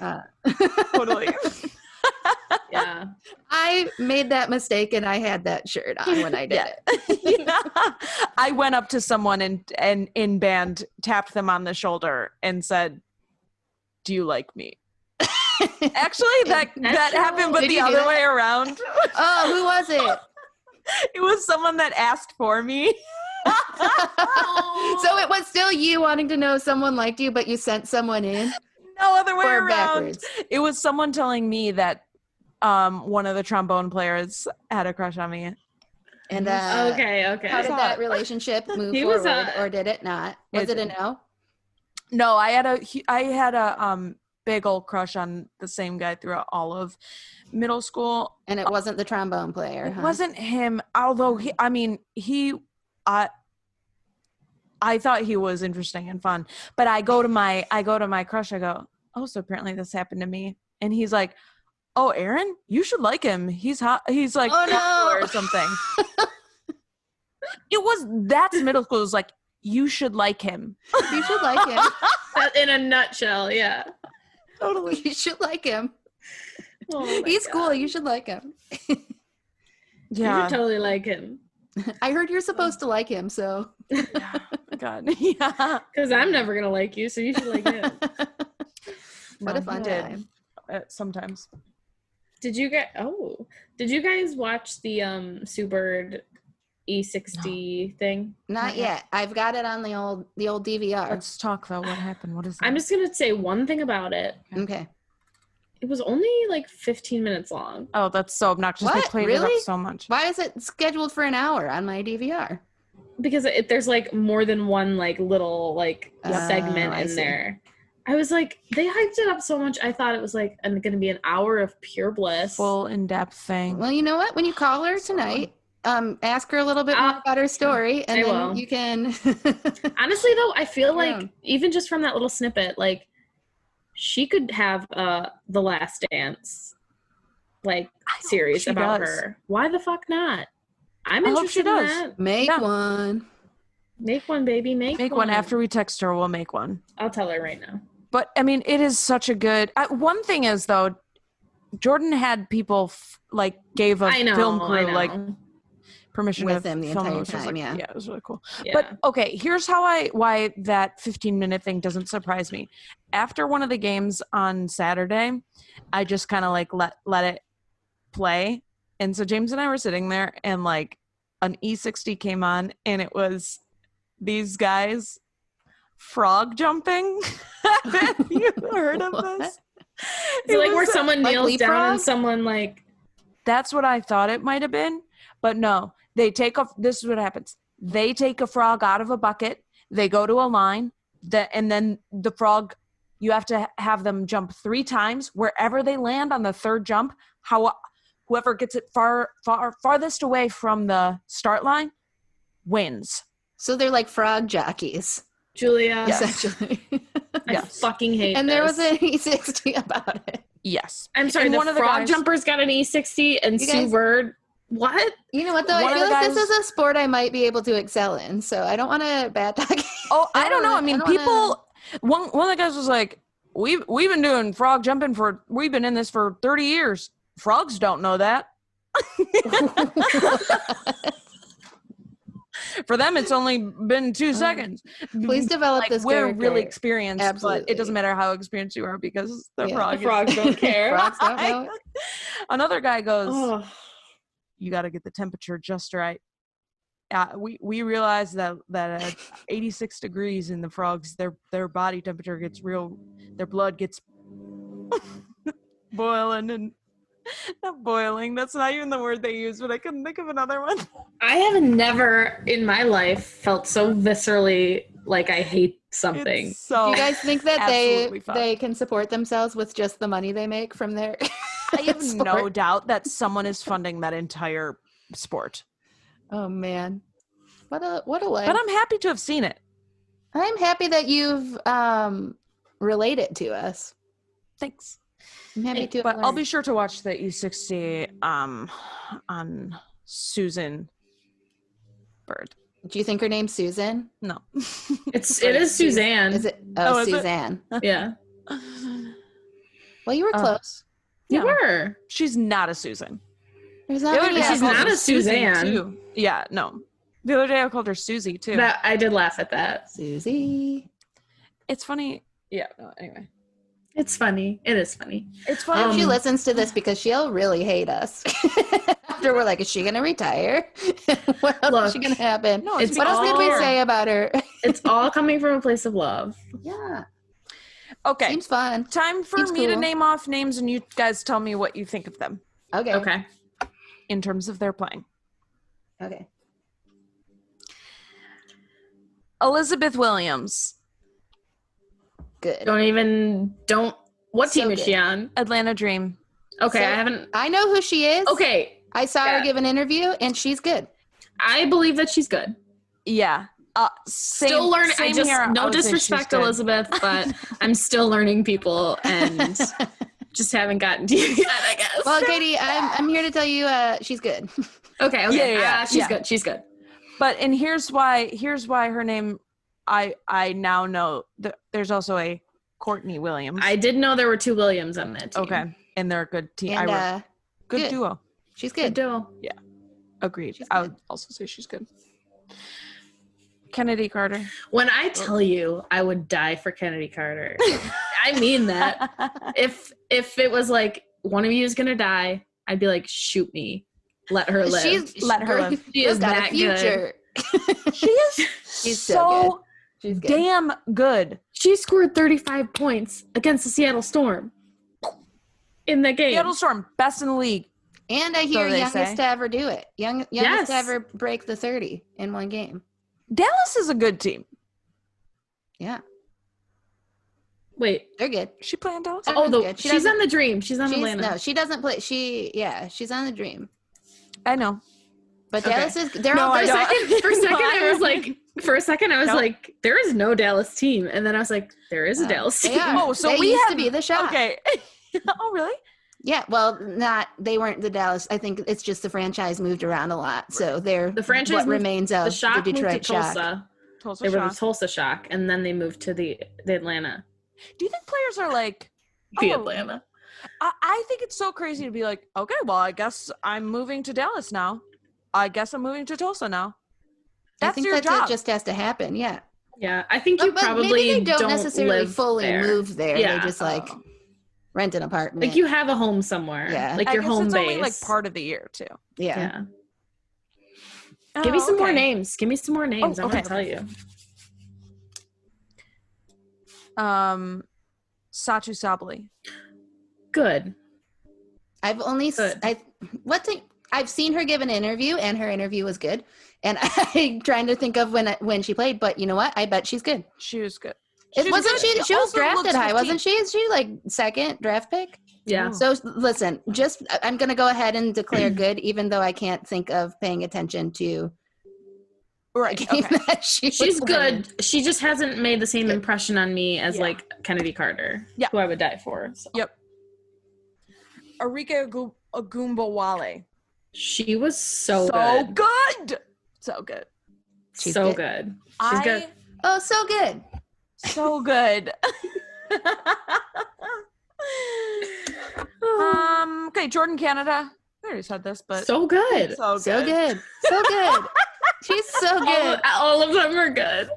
S3: Uh,
S2: totally.
S4: yeah.
S3: I made that mistake, and I had that shirt on when I did
S2: Yeah.
S3: it.
S2: yeah. I went up to someone and and in band tapped them on the shoulder and said, "Do you like me?" Actually, that
S4: In
S2: that
S4: actual-
S2: happened, but
S3: Did
S2: the
S3: you do
S2: other
S3: that?
S2: way around.
S3: Oh, who was it?
S2: It was someone that asked for me.
S3: so it was still you wanting to know if someone liked you, but you sent someone in
S2: No other way
S3: or
S2: around.
S3: backwards.
S2: It was someone telling me that um one of the trombone players had a crush on me.
S3: And uh,
S4: Mm, okay,
S3: how
S4: okay.
S3: did that relationship move
S4: He
S3: forward,
S4: was, uh,
S3: or did it not? Was
S2: It-
S3: it a no?
S2: No, I had a hu- I had a um big old crush on the same guy throughout all of middle school.
S3: And it wasn't the trombone player.
S2: It
S3: huh?
S2: wasn't him, although he I mean, he I I thought he was interesting and fun. But I go to my I go to my crush, I go, Oh, so apparently this happened to me. And he's like, Oh, Aaron, you should like him. He's hot he's like
S3: Oh,
S2: popular
S3: no.
S2: or something. it was that's middle school. It was like, you should like him.
S3: You should like him.
S4: That- Uh, in a nutshell, yeah.
S2: Totally.
S3: you should like him.
S4: Oh my
S3: He's
S4: God.
S3: cool. You should like him.
S2: Yeah.
S4: You totally like him.
S3: I heard you're supposed to like him, so
S2: Yeah. Oh, God. Yeah.
S4: Because I'm never gonna like you, so you should like him.
S3: what
S2: No,
S3: a
S2: he
S3: fun
S2: did,
S3: time.
S2: uh, sometimes.
S4: Did you get? Oh, did you guys watch the um Sue Bird E60 thing?
S3: Not yet. I've got it on the old the old DVR.
S2: Let's talk though. What happened? What is that?
S4: I'm just gonna say one thing about it.
S3: okay.
S4: It was only like 15 minutes long.
S2: Oh, that's so obnoxious. They
S3: What?
S2: played it
S3: Really?
S2: up so much.
S3: Why is it scheduled for an hour on my DVR?
S4: because it, there's like more than one like little like
S3: Yep.
S4: segment
S3: Oh, I
S4: in
S3: see.
S4: there. I was like, they hyped it up so much. I thought it was like going to be an hour of pure bliss.
S2: Full in depth thing.
S3: Well, you know what? When you call her tonight, um, ask her a little bit
S2: Uh,
S3: more
S4: I'll-
S3: about her story, and
S4: I
S3: then
S4: will.
S3: you can.
S4: Honestly, though, I feel like
S3: Yeah.
S4: even just from that little snippet, like she could have uh the Last Dance like
S2: I hope
S4: series
S2: she
S4: about
S2: does.
S4: her. Why the fuck not? I'm
S2: I hope
S4: interested
S2: she
S4: in
S2: does.
S4: that.
S3: Make
S2: Yeah.
S3: one.
S4: Make one, baby. Make
S2: Make
S4: one
S2: one after we text her. We'll make one.
S4: I'll tell her right now.
S2: But I mean, it is such a good. I, one thing is though, Jordan had people f- like gave a
S4: I know.
S2: film
S4: I
S2: crew
S4: know.
S2: like permission
S3: With
S2: to
S3: him the
S2: film it,
S3: entire
S2: which was,
S3: time,
S2: like-
S3: yeah.
S2: yeah, it was really cool.
S4: yeah.
S2: But okay, here's how I why that 15 minute thing doesn't surprise me. After one of the games on Saturday, I just kind of like let let it play. And so James and I were sitting there and like an E60 came on and it was these guys frog jumping. Have you heard of this?
S4: Is it like where
S2: was-
S4: someone
S3: like
S4: kneels down
S3: leapfrog?
S4: and someone like
S2: that's what I thought it might have been, but no. They take off. This is what happens. They take a frog out of a bucket. They go to a line. That and then the frog, you have to ha- have them jump three times. Wherever they land on the third jump, how whoever gets it far, far, farthest away from the start line wins.
S3: So they're like frog jockeys,
S4: Julia.
S2: Yes.
S3: essentially.
S4: I
S2: Yes.
S4: fucking hate.
S3: and there
S4: this.
S3: was an E60 about it.
S2: Yes.
S4: I'm sorry.
S2: and
S4: the
S2: one of the
S4: frog
S2: guys-
S4: jumper's got an E60, and
S3: You
S4: Sue
S3: guys-
S4: Bird. What?
S3: You know what though?
S2: One
S3: I
S2: of
S3: feel
S2: the
S3: like
S2: guys-
S3: this is a sport I might be able to excel in, so I don't want to bad dog.
S2: Oh, I
S3: I
S2: don't
S3: don't
S2: know. I
S3: wanna- Uh, I
S2: mean,
S3: don't
S2: people. One one of the guys was like, "We've we've been doing frog jumping for we've been in this for thirty years. Frogs don't know that. For them, it's only been two seconds.
S3: Uh, Please develop
S2: like
S3: this
S2: we're
S3: character.
S2: really experienced, but
S3: Absolutely.
S2: it doesn't matter how experienced you are because the
S3: Yeah.
S2: frog. is-
S4: don't care.
S3: Frogs don't know it.
S2: Another guy goes,
S3: Oh,
S4: Ugh.
S2: "You got to get the temperature just right." Uh, we we realize that that at 86 degrees in the frogs, their their body temperature gets real, their blood gets boiling and not boiling. That's not even the word they use, but I couldn't think of another one.
S4: I have never in my life felt so viscerally like I hate something.
S2: It's so
S3: Do you guys think that they
S2: Oh, Absolutely fucked.
S3: they can support themselves with just the money they make from their?
S2: I have no
S3: sport?
S2: doubt that someone is funding that entire sport.
S3: Oh man, what a what a life!
S2: But I'm happy to have seen it.
S3: I'm happy that you've um related to us.
S2: Thanks.
S3: I'm happy to. have
S2: But I'll be
S3: learned.
S2: sure to watch the E60 um on Susan Bird.
S3: Do you think her name's Susan?
S2: No.
S4: It's it is Suzanne.
S3: Is it?
S2: Oh,
S3: Oh,
S2: is it?
S3: Suzanne.
S4: Yeah,
S3: Well, you were
S2: Uh,
S3: close.
S2: Yeah.
S4: you were.
S2: She's not a Susan.
S3: There's
S2: The
S3: not
S2: other
S3: many
S2: day I
S4: she's
S2: called
S3: apples.
S4: not
S2: her
S4: a Suzanne.
S2: too. Yeah, no. The other day I called her Susie too.
S4: That I did laugh at that.
S3: Susie.
S2: it's funny. Yeah, no, anyway.
S4: It's funny. It is funny.
S2: It's
S3: I
S2: funny.
S3: hope she
S4: Um,
S3: listens to this because she'll really hate us. After we're like, is she gonna retire? what else is she
S4: Look,
S3: gonna happen?
S2: no, it's
S4: it's
S3: what else did we
S4: all-
S3: say about her?
S4: It's all coming from a place of love.
S3: yeah,
S2: okay.
S3: seems fun.
S2: Time for
S3: seems
S2: me to
S3: cool.
S2: name off names and you guys tell me what you think of them
S3: Okay, okay,
S4: Okay.
S2: in terms of their playing.
S3: okay.
S2: Elizabeth Williams,
S3: good.
S4: Don't even don't what
S3: So
S4: team is she on?
S2: Atlanta Dream.
S4: Okay,
S3: So-
S4: I haven't
S3: I know who she is.
S4: Okay.
S3: I saw her
S4: Yeah.
S3: give an interview, and she's good.
S4: I believe that she's good.
S2: Yeah. Uh, same,
S4: still learning. I
S2: same
S4: just
S2: here. I
S4: no
S2: would say she's
S4: disrespect,
S2: good.
S4: Elizabeth, but I'm still learning people and just haven't gotten to you yet. I guess.
S3: Well, Katie, I'm I'm here to tell you, uh, she's good.
S4: okay, okay,
S2: Yeah, yeah, yeah.
S4: Ah, she's
S2: Yeah.
S4: good. She's good.
S2: But and here's why. Here's why her name. I I now know that there's also a Courtney Williams.
S4: I did know there were two Williams on that team.
S2: okay, and they're a good team.
S3: and
S2: I wrote-
S3: uh,
S2: good,
S3: good.
S2: duo.
S3: she's
S4: Good
S3: good.
S4: deal.
S2: Agreed.
S3: She's
S2: I
S3: good.
S2: would also say she's good. Kennedy Carter.
S4: When I tell you, I would die for Kennedy Carter. I mean that. If if it was like one of you is gonna die, I'd be like, shoot me, let her live.
S3: She's
S2: Let her
S3: girl,
S2: live.
S4: She
S3: girl's
S4: is
S3: got
S4: that
S3: a future.
S2: she is
S3: She's so
S2: so
S3: She's good.
S2: damn good.
S4: she scored 35 points against the Seattle Storm in the game.
S2: Seattle Storm, best in the league.
S3: And I hear
S2: they
S3: youngest
S2: say.
S3: to ever do it. Young, youngest
S4: Yes.
S3: to ever break the 30 in one game.
S2: Dallas is a good team.
S3: Yeah.
S4: Wait.
S3: They're good.
S1: She playing Dallas?
S3: Oh,
S4: Oh,
S3: Everyone's
S4: the
S3: good. She
S4: she's
S3: doesn't-
S4: on the dream. She's on
S3: She's,
S4: Atlanta.
S3: no, she doesn't play. She yeah, she's on the dream.
S2: I know.
S3: But
S4: Okay.
S3: Dallas is. They're
S1: No,
S3: all
S1: I
S4: for a
S3: good.
S1: don't.
S4: second, for
S1: No,
S4: a second,
S1: I
S4: I was like, for a second, I was
S1: No.
S4: like, there is no Dallas team, and then I was like, there is a
S3: No,
S4: Dallas
S3: They
S4: team.
S3: are.
S1: Oh, so
S3: They
S1: we
S3: used to
S1: have-
S3: be the shot.
S1: Okay. oh, really?
S3: Yeah, well, not they weren't the Dallas. I think it's just the franchise moved around a lot, so they're
S4: The franchise
S3: what
S4: moved-
S3: remains of
S4: The Shock
S3: the
S4: moved to
S3: Detroit Shock.
S4: Tulsa.
S1: Tulsa
S4: They were the
S1: Shock.
S4: Tulsa Shock, and then they moved to the the Atlanta.
S2: Do you think players are like?
S4: The
S2: Oh.
S4: Atlanta.
S2: I, I think it's so crazy to be like, okay, well, I guess I'm moving to Dallas now. I guess I'm moving to Tulsa now.
S3: I
S2: That's
S3: think
S2: your
S3: that's
S2: job.
S3: it just has to happen. Yeah,
S4: Yeah, I think you
S3: but
S4: probably
S3: maybe they don't,
S4: don't
S3: necessarily
S4: live
S3: fully
S4: there.
S3: move there.
S4: Yeah.
S3: They just like
S2: Oh.
S3: rent an apartment.
S4: Like you have a home somewhere.
S3: Yeah.
S4: like
S2: I
S4: your
S2: guess
S4: home
S2: it's
S4: base.
S2: only like part of the year too.
S3: yeah.
S4: Yeah. Give me
S2: Oh,
S4: some more
S2: okay.
S4: names. Give me some more names.
S2: Oh,
S4: I'm
S2: okay.
S4: gonna tell you.
S2: Um, Satu Sabli.
S4: Good.
S3: I've only s-
S4: Good.
S3: I what thing I've seen her give an interview, and her interview was good. And I'm trying to think of when I- when she played, but you know what? I bet she's good.
S2: She was good.
S3: It
S2: She's
S3: wasn't
S2: good.
S3: she. She was
S2: also looks
S3: drafted high,
S2: 15.
S3: wasn't she? Is she like second draft pick?
S4: Yeah.
S3: So s- listen, just I- I'm going to go ahead and declare good, even though I can't think of paying attention to a
S2: Right.
S3: game
S2: Okay.
S3: that she
S4: She's
S3: was in.
S4: good. She just hasn't made the same
S3: Yeah.
S4: impression on me as
S2: Yeah.
S4: like Kennedy Carter,
S2: Yeah.
S4: who I would die for. So.
S2: Arike Agu- Agumbawale.
S4: She was so,
S2: so
S4: good.
S2: good. So good.
S3: She's
S4: so
S3: good.
S4: good.
S2: I,
S4: good.
S3: Oh, so good.
S2: So good. um. Okay. Jordan Canada. I already said this, but
S4: so good.
S2: so good.
S3: So good. So good. She's so
S4: All,
S3: good.
S4: of, all of them are good.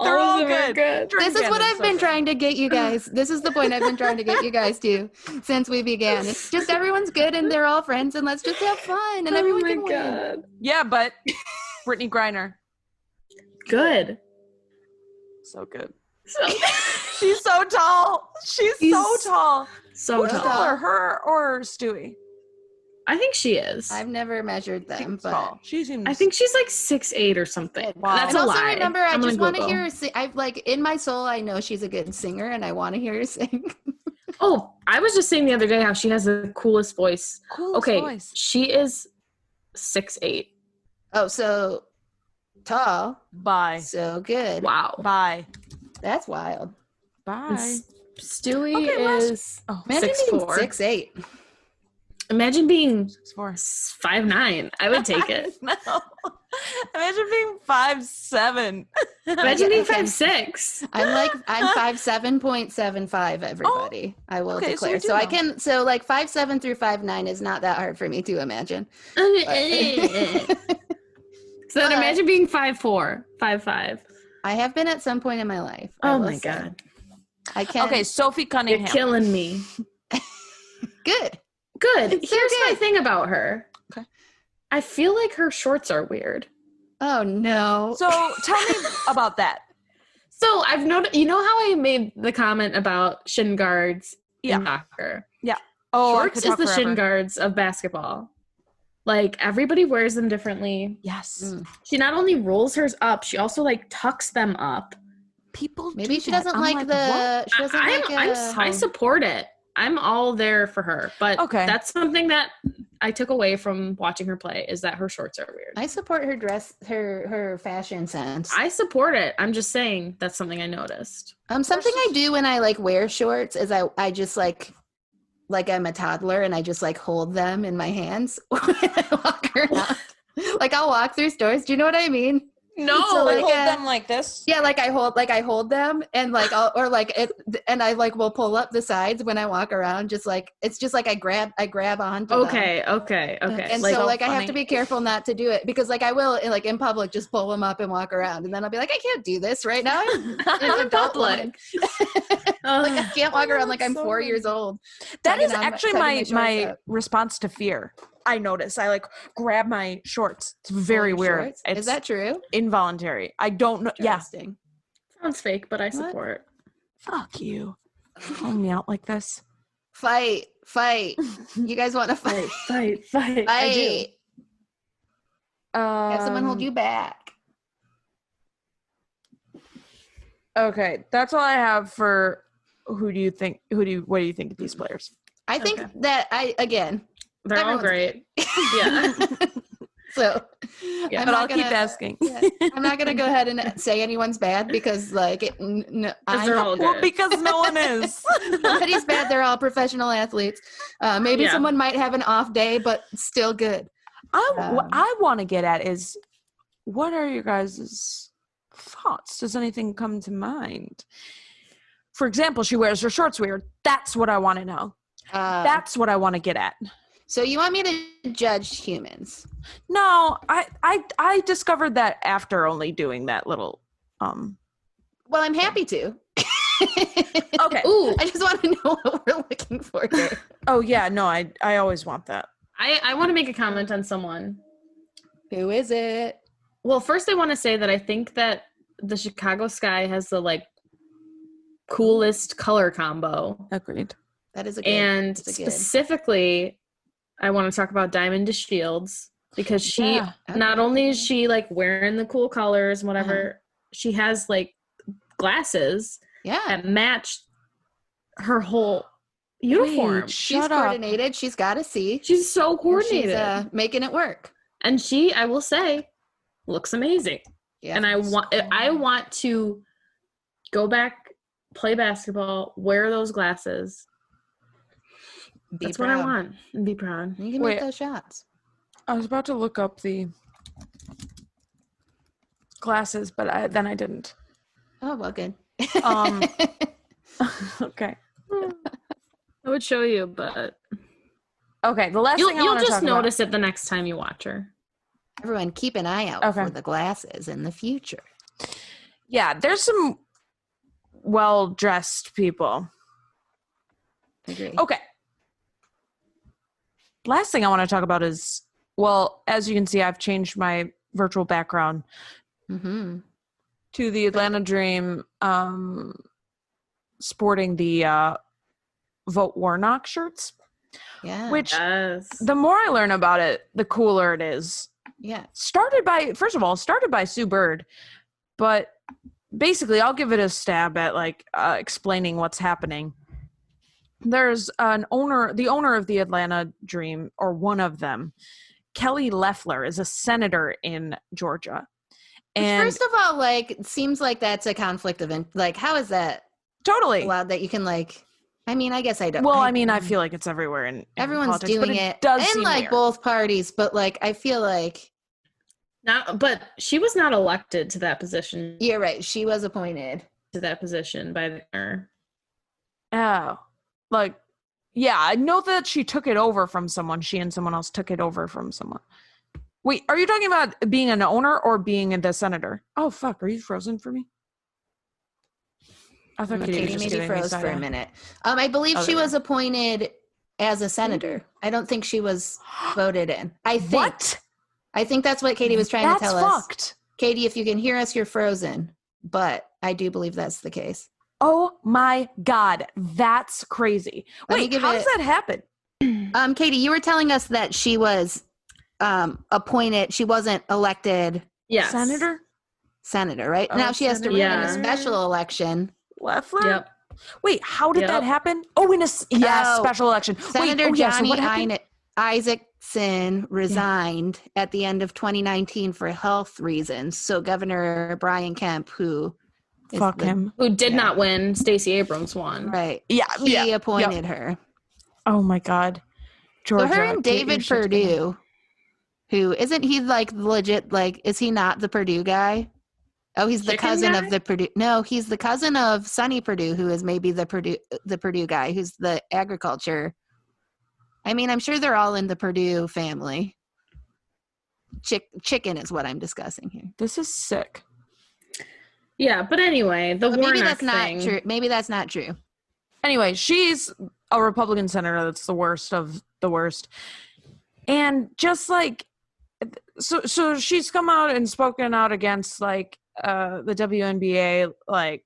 S2: They're all
S4: of them Are good.
S2: Jordan
S3: This is what
S2: Canada's
S3: I've
S2: so
S3: been
S2: good.
S3: trying to get you guys. This is the point I've been trying to get you guys to since we began. It's just everyone's good and they're all friends and let's just have fun and
S4: oh
S3: everyone
S4: my
S3: can win.
S4: god.
S2: Yeah, but Brittany Griner.
S4: Good.
S2: So good.
S4: So,
S2: She's so tall. She's so
S4: She's
S2: tall.
S4: so
S3: Who's
S4: tall.
S3: tall?
S2: Taller, her or Stewie?
S4: I think she is.
S3: I've never measured them,
S2: She's
S3: but
S2: tall. She seems.
S4: I think she's like six eight or something.
S3: Wow.
S4: That's
S3: and
S4: a
S3: also
S4: lie.
S3: remember, I
S4: I'm gonna
S3: just want to
S4: Google.
S3: hear her sing. I've like in my soul, I know she's a good singer, and I want to hear her sing.
S4: Oh, I was just saying the other day how she has the coolest voice.
S2: cool
S4: Okay,
S2: voice.
S4: she is six eight.
S3: Oh, so tall,
S2: Bye.
S3: so good.
S4: Wow.
S2: Bye.
S3: That's wild.
S4: And
S2: Bye.
S4: S- Stewie
S2: Okay, last-
S4: is.
S2: Oh,
S3: Imagine
S4: Six,
S3: being
S4: four.
S3: six eight.
S4: Imagine being
S2: six four.
S4: s- five nine. I would take it.
S2: no. Imagine being five seven.
S4: Imagine being
S3: Okay.
S4: five six.
S3: I'm like I'm five seven point seven five. Everybody, I will
S2: okay, so we
S3: declare.
S2: do
S3: So, I
S2: know.
S3: can. So like five seven through five nine is not that hard for me to imagine.
S4: Eh, so
S3: But-
S4: then
S3: But-
S4: imagine being five four, five five.
S3: I have been at some point in my life. I
S4: Oh
S3: will
S4: my
S3: say.
S4: god,
S3: I can.
S2: Okay, Sophie
S4: you're
S2: Cunningham.
S4: killing me.
S3: good.
S4: Good.
S3: It's so
S4: Here's my
S3: good.
S4: thing about her.
S2: Okay.
S4: I feel like her shorts are weird.
S3: Oh no.
S2: so tell me about that.
S4: So I've noticed. You know how I made the comment about shin guards
S2: Yeah.
S4: in soccer.
S2: Oh, I
S4: Shorts
S2: could
S4: is
S2: talk
S4: the shin
S2: forever.
S4: guards of basketball. Like everybody wears them differently.
S2: Yes.
S3: Mm.
S4: She not only rolls hers up, she also like tucks them up.
S2: People.
S3: Maybe
S2: do
S3: she
S2: that.
S3: doesn't
S2: I'm
S3: like,
S2: what?
S3: the. She doesn't
S4: I,
S3: like.
S4: I'm, I'm,
S3: uh,
S4: s- I support it. I'm all there for her. But
S2: Okay.
S4: that's something that I took away from watching her play is that her shorts are weird.
S3: I support her dress, her her fashion sense.
S4: I support it. I'm just saying that's something I noticed.
S3: Um, something I do when I like wear shorts is I I just like like I'm a toddler and I just like hold them in my hands when I walk around. like I'll walk through stores. Do you know what I mean?
S2: No,
S3: So,
S2: like, hold
S3: like, uh,
S2: them like this.
S3: Yeah, like I hold like I hold them and like I'll or like it and I like will pull up the sides when I walk around. Just like it's just like I grab I grab onto. them.
S4: Okay, okay, okay.
S3: And
S4: like
S3: so,
S2: so
S3: like, I have to
S2: funny.
S3: be careful not to do it because, like, I will, like, in public, just pull them up and walk around, and then I'll be like, I can't do this right now. I'm
S4: in
S3: an adult woman.
S4: public. Uh, Ugh.
S3: like uh, I can't walk around like I'm
S2: So
S3: four
S2: funny.
S3: years old.
S2: That
S3: tugging
S2: is
S3: on my-
S2: actually
S3: tugging my
S2: my
S3: shorts
S2: my
S3: up.
S2: response to fear. I notice. I like grab my shorts. It's very
S3: Your
S2: weird.
S3: shorts.
S2: It's
S3: Is that true?
S2: involuntary. I don't know. Yeah.
S3: Interesting.
S4: Sounds fake, but I
S3: What?
S4: support.
S2: Fuck you. Calling me out like this.
S3: Fight, fight. You guys want to fight?
S4: fight, fight.
S3: Fight.
S2: Um,
S3: Have someone hold you back.
S2: Okay, that's all I have for
S1: who do you think? Who do you? What do you think of these players?
S3: I think
S4: Okay.
S3: that I again.
S4: They're
S3: Everyone's
S4: all great. Yeah.
S3: so,
S4: Yeah.
S2: but
S3: I'm not
S2: I'll keep
S3: gonna-
S2: asking.
S3: yeah, I'm not gonna go ahead and say anyone's bad because like it, n- no,
S4: Because they're
S3: I'm-
S4: all
S2: well,
S4: good.
S2: because no one is.
S3: nobody's bad. They're all professional athletes. Uh, maybe
S4: Yeah.
S3: someone might have an off day, but still good.
S2: I what
S3: Um,
S2: I want to get at is what are your guys' thoughts? Does anything come to mind? For example, she wears her shorts weird. That's what I want to know.
S3: Uh,
S2: That's what I want to get at.
S3: so you want me to judge humans?
S2: No, I I I discovered that after only doing that little um
S3: Well, I'm happy to.
S2: Okay.
S4: Ooh,
S3: I just want to know what we're looking for here.
S2: Oh yeah, no, I I always want that.
S4: I, I want to make a comment on someone.
S3: Who is it?
S4: Well, first I want to say that I think that the Chicago Sky has the like coolest color combo.
S2: Agreed.
S3: That is a good.
S4: And
S3: that's a good-
S4: specifically, I want to talk about Diamond to Shields because she
S2: Yeah.
S4: not
S3: Okay.
S4: only is she like wearing the cool colors and whatever,
S3: Uh-huh.
S4: she has like glasses
S3: yeah,
S4: that match her whole uniform.
S2: Wait,
S3: she's
S2: shut up.
S3: coordinated. She's got to see.
S4: She's so
S3: And she's,
S4: coordinated.
S3: uh, making it work.
S4: and she, I will say, looks amazing.
S3: Yeah,
S4: and I
S3: she's
S4: want I
S3: cool.
S4: want to go back, play basketball, wear those glasses.
S3: Be
S4: That's what I
S3: proud.
S4: want. and Be proud.
S3: You can
S2: Wait.
S3: make those shots.
S2: I was about to look up the
S1: Glasses, but I, then I didn't.
S3: Oh well, good.
S2: Um, okay.
S4: I would show you, but
S2: Okay, the last
S4: you'll,
S2: thing I
S4: you'll
S2: want to
S4: just
S2: talk about-
S4: notice it the next time you watch her.
S3: Everyone, keep an eye out
S2: Okay.
S3: for the glasses in the future.
S2: Yeah, there's some well dressed people.
S3: Agree.
S4: Oh.
S2: Okay. Last thing I want to talk about is well, as you can see, I've changed my virtual background
S3: Mm-hmm.
S2: to the Atlanta Dream, um, sporting the uh, Vote Warnock shirts.
S3: Yeah.
S2: Which
S4: Yes.
S2: the more I learn about it, the cooler it is.
S3: yeah.
S2: started by first of all started by sue bird but basically i'll give it a stab at like uh, explaining what's happening there's an owner the owner of the atlanta dream or one of them kelly leffler is a senator in georgia
S3: Which,
S2: and
S3: first of all, like, it seems like that's a conflict of in- like, how is that
S2: totally
S3: allowed that you can like? I mean, I guess I don't.
S2: well i mean i feel like it's everywhere and
S3: everyone's
S2: politics, but
S3: doing
S2: it,
S3: it,
S2: does
S3: and
S2: seem
S3: like
S2: weird. Mm.
S3: both parties, but like, I feel like
S4: Not, but she was not elected to that position
S3: you're right. She was appointed.
S4: to that position by the governor.
S2: Oh, like, yeah, I know that she took it over from someone. She and someone else took it over from someone. Wait, are you talking about being an owner or being the senator? Oh fuck, are you frozen for me? I thought you were
S3: Katie
S2: just
S3: maybe
S2: giving me
S3: froze
S2: side
S3: for a
S2: eye.
S3: minute. Um, I believe
S2: Oh,
S3: she
S2: there we Mm.
S3: was appointed as a senator. I don't think she was voted in. I think.
S2: What? Mm.
S3: I think that's what Katie was trying
S2: That's
S3: to tell us.
S2: fucked.
S3: Katie, if you can hear us, you're frozen. But I do believe that's the case.
S2: Oh my god, that's crazy.
S3: Let me
S2: Wait,
S3: give
S2: how does
S3: it-
S2: that happen? Mm.
S3: Um, Katie, you were telling us that she was um, appointed. She wasn't elected
S4: Yes.
S2: Senator
S3: senator, right?
S2: Oh,
S3: now she has to run
S4: senator.
S3: in a
S4: Yeah.
S3: special election.
S2: Leffler?
S4: Yep.
S2: Wait, how did that
S4: Yep.
S2: happen? Oh, in a s- yes,
S3: Oh,
S2: special election.
S3: Senator
S2: Wait, oh, yeah, so
S3: Johnny
S2: what happened?
S3: Ina- Isaacson resigned at the end of 2019 for health reasons. So Governor Brian Kemp, who is
S2: Fuck
S3: the-
S2: him.
S4: Who did
S3: Yeah.
S4: not win? Stacey Abrams won.
S3: right?
S2: Yeah,
S3: He
S2: yeah.
S3: appointed her.
S2: Oh my God,
S3: So
S2: Georgia.
S3: her and
S2: get your
S3: David
S2: shit together.
S3: Purdue, who isn't he like legit? Like, is he not the Purdue guy? Oh, he's the
S4: Chicken
S3: cousin
S4: guy?
S3: of the Purdue. No, he's the cousin of Sonny Purdue, who is maybe the Purdue the Purdue guy, who's the agriculture. I mean, I'm sure they're all in the Purdue family. Chick chicken is what I'm discussing here.
S2: This is sick.
S4: Yeah, but anyway, the
S3: But
S4: Warnock
S3: maybe that's
S4: thing.
S3: not true. Maybe that's not true.
S2: Anyway, she's a Republican senator. That's the worst of the worst. And just like, so so she's come out and spoken out against like uh the WNBA like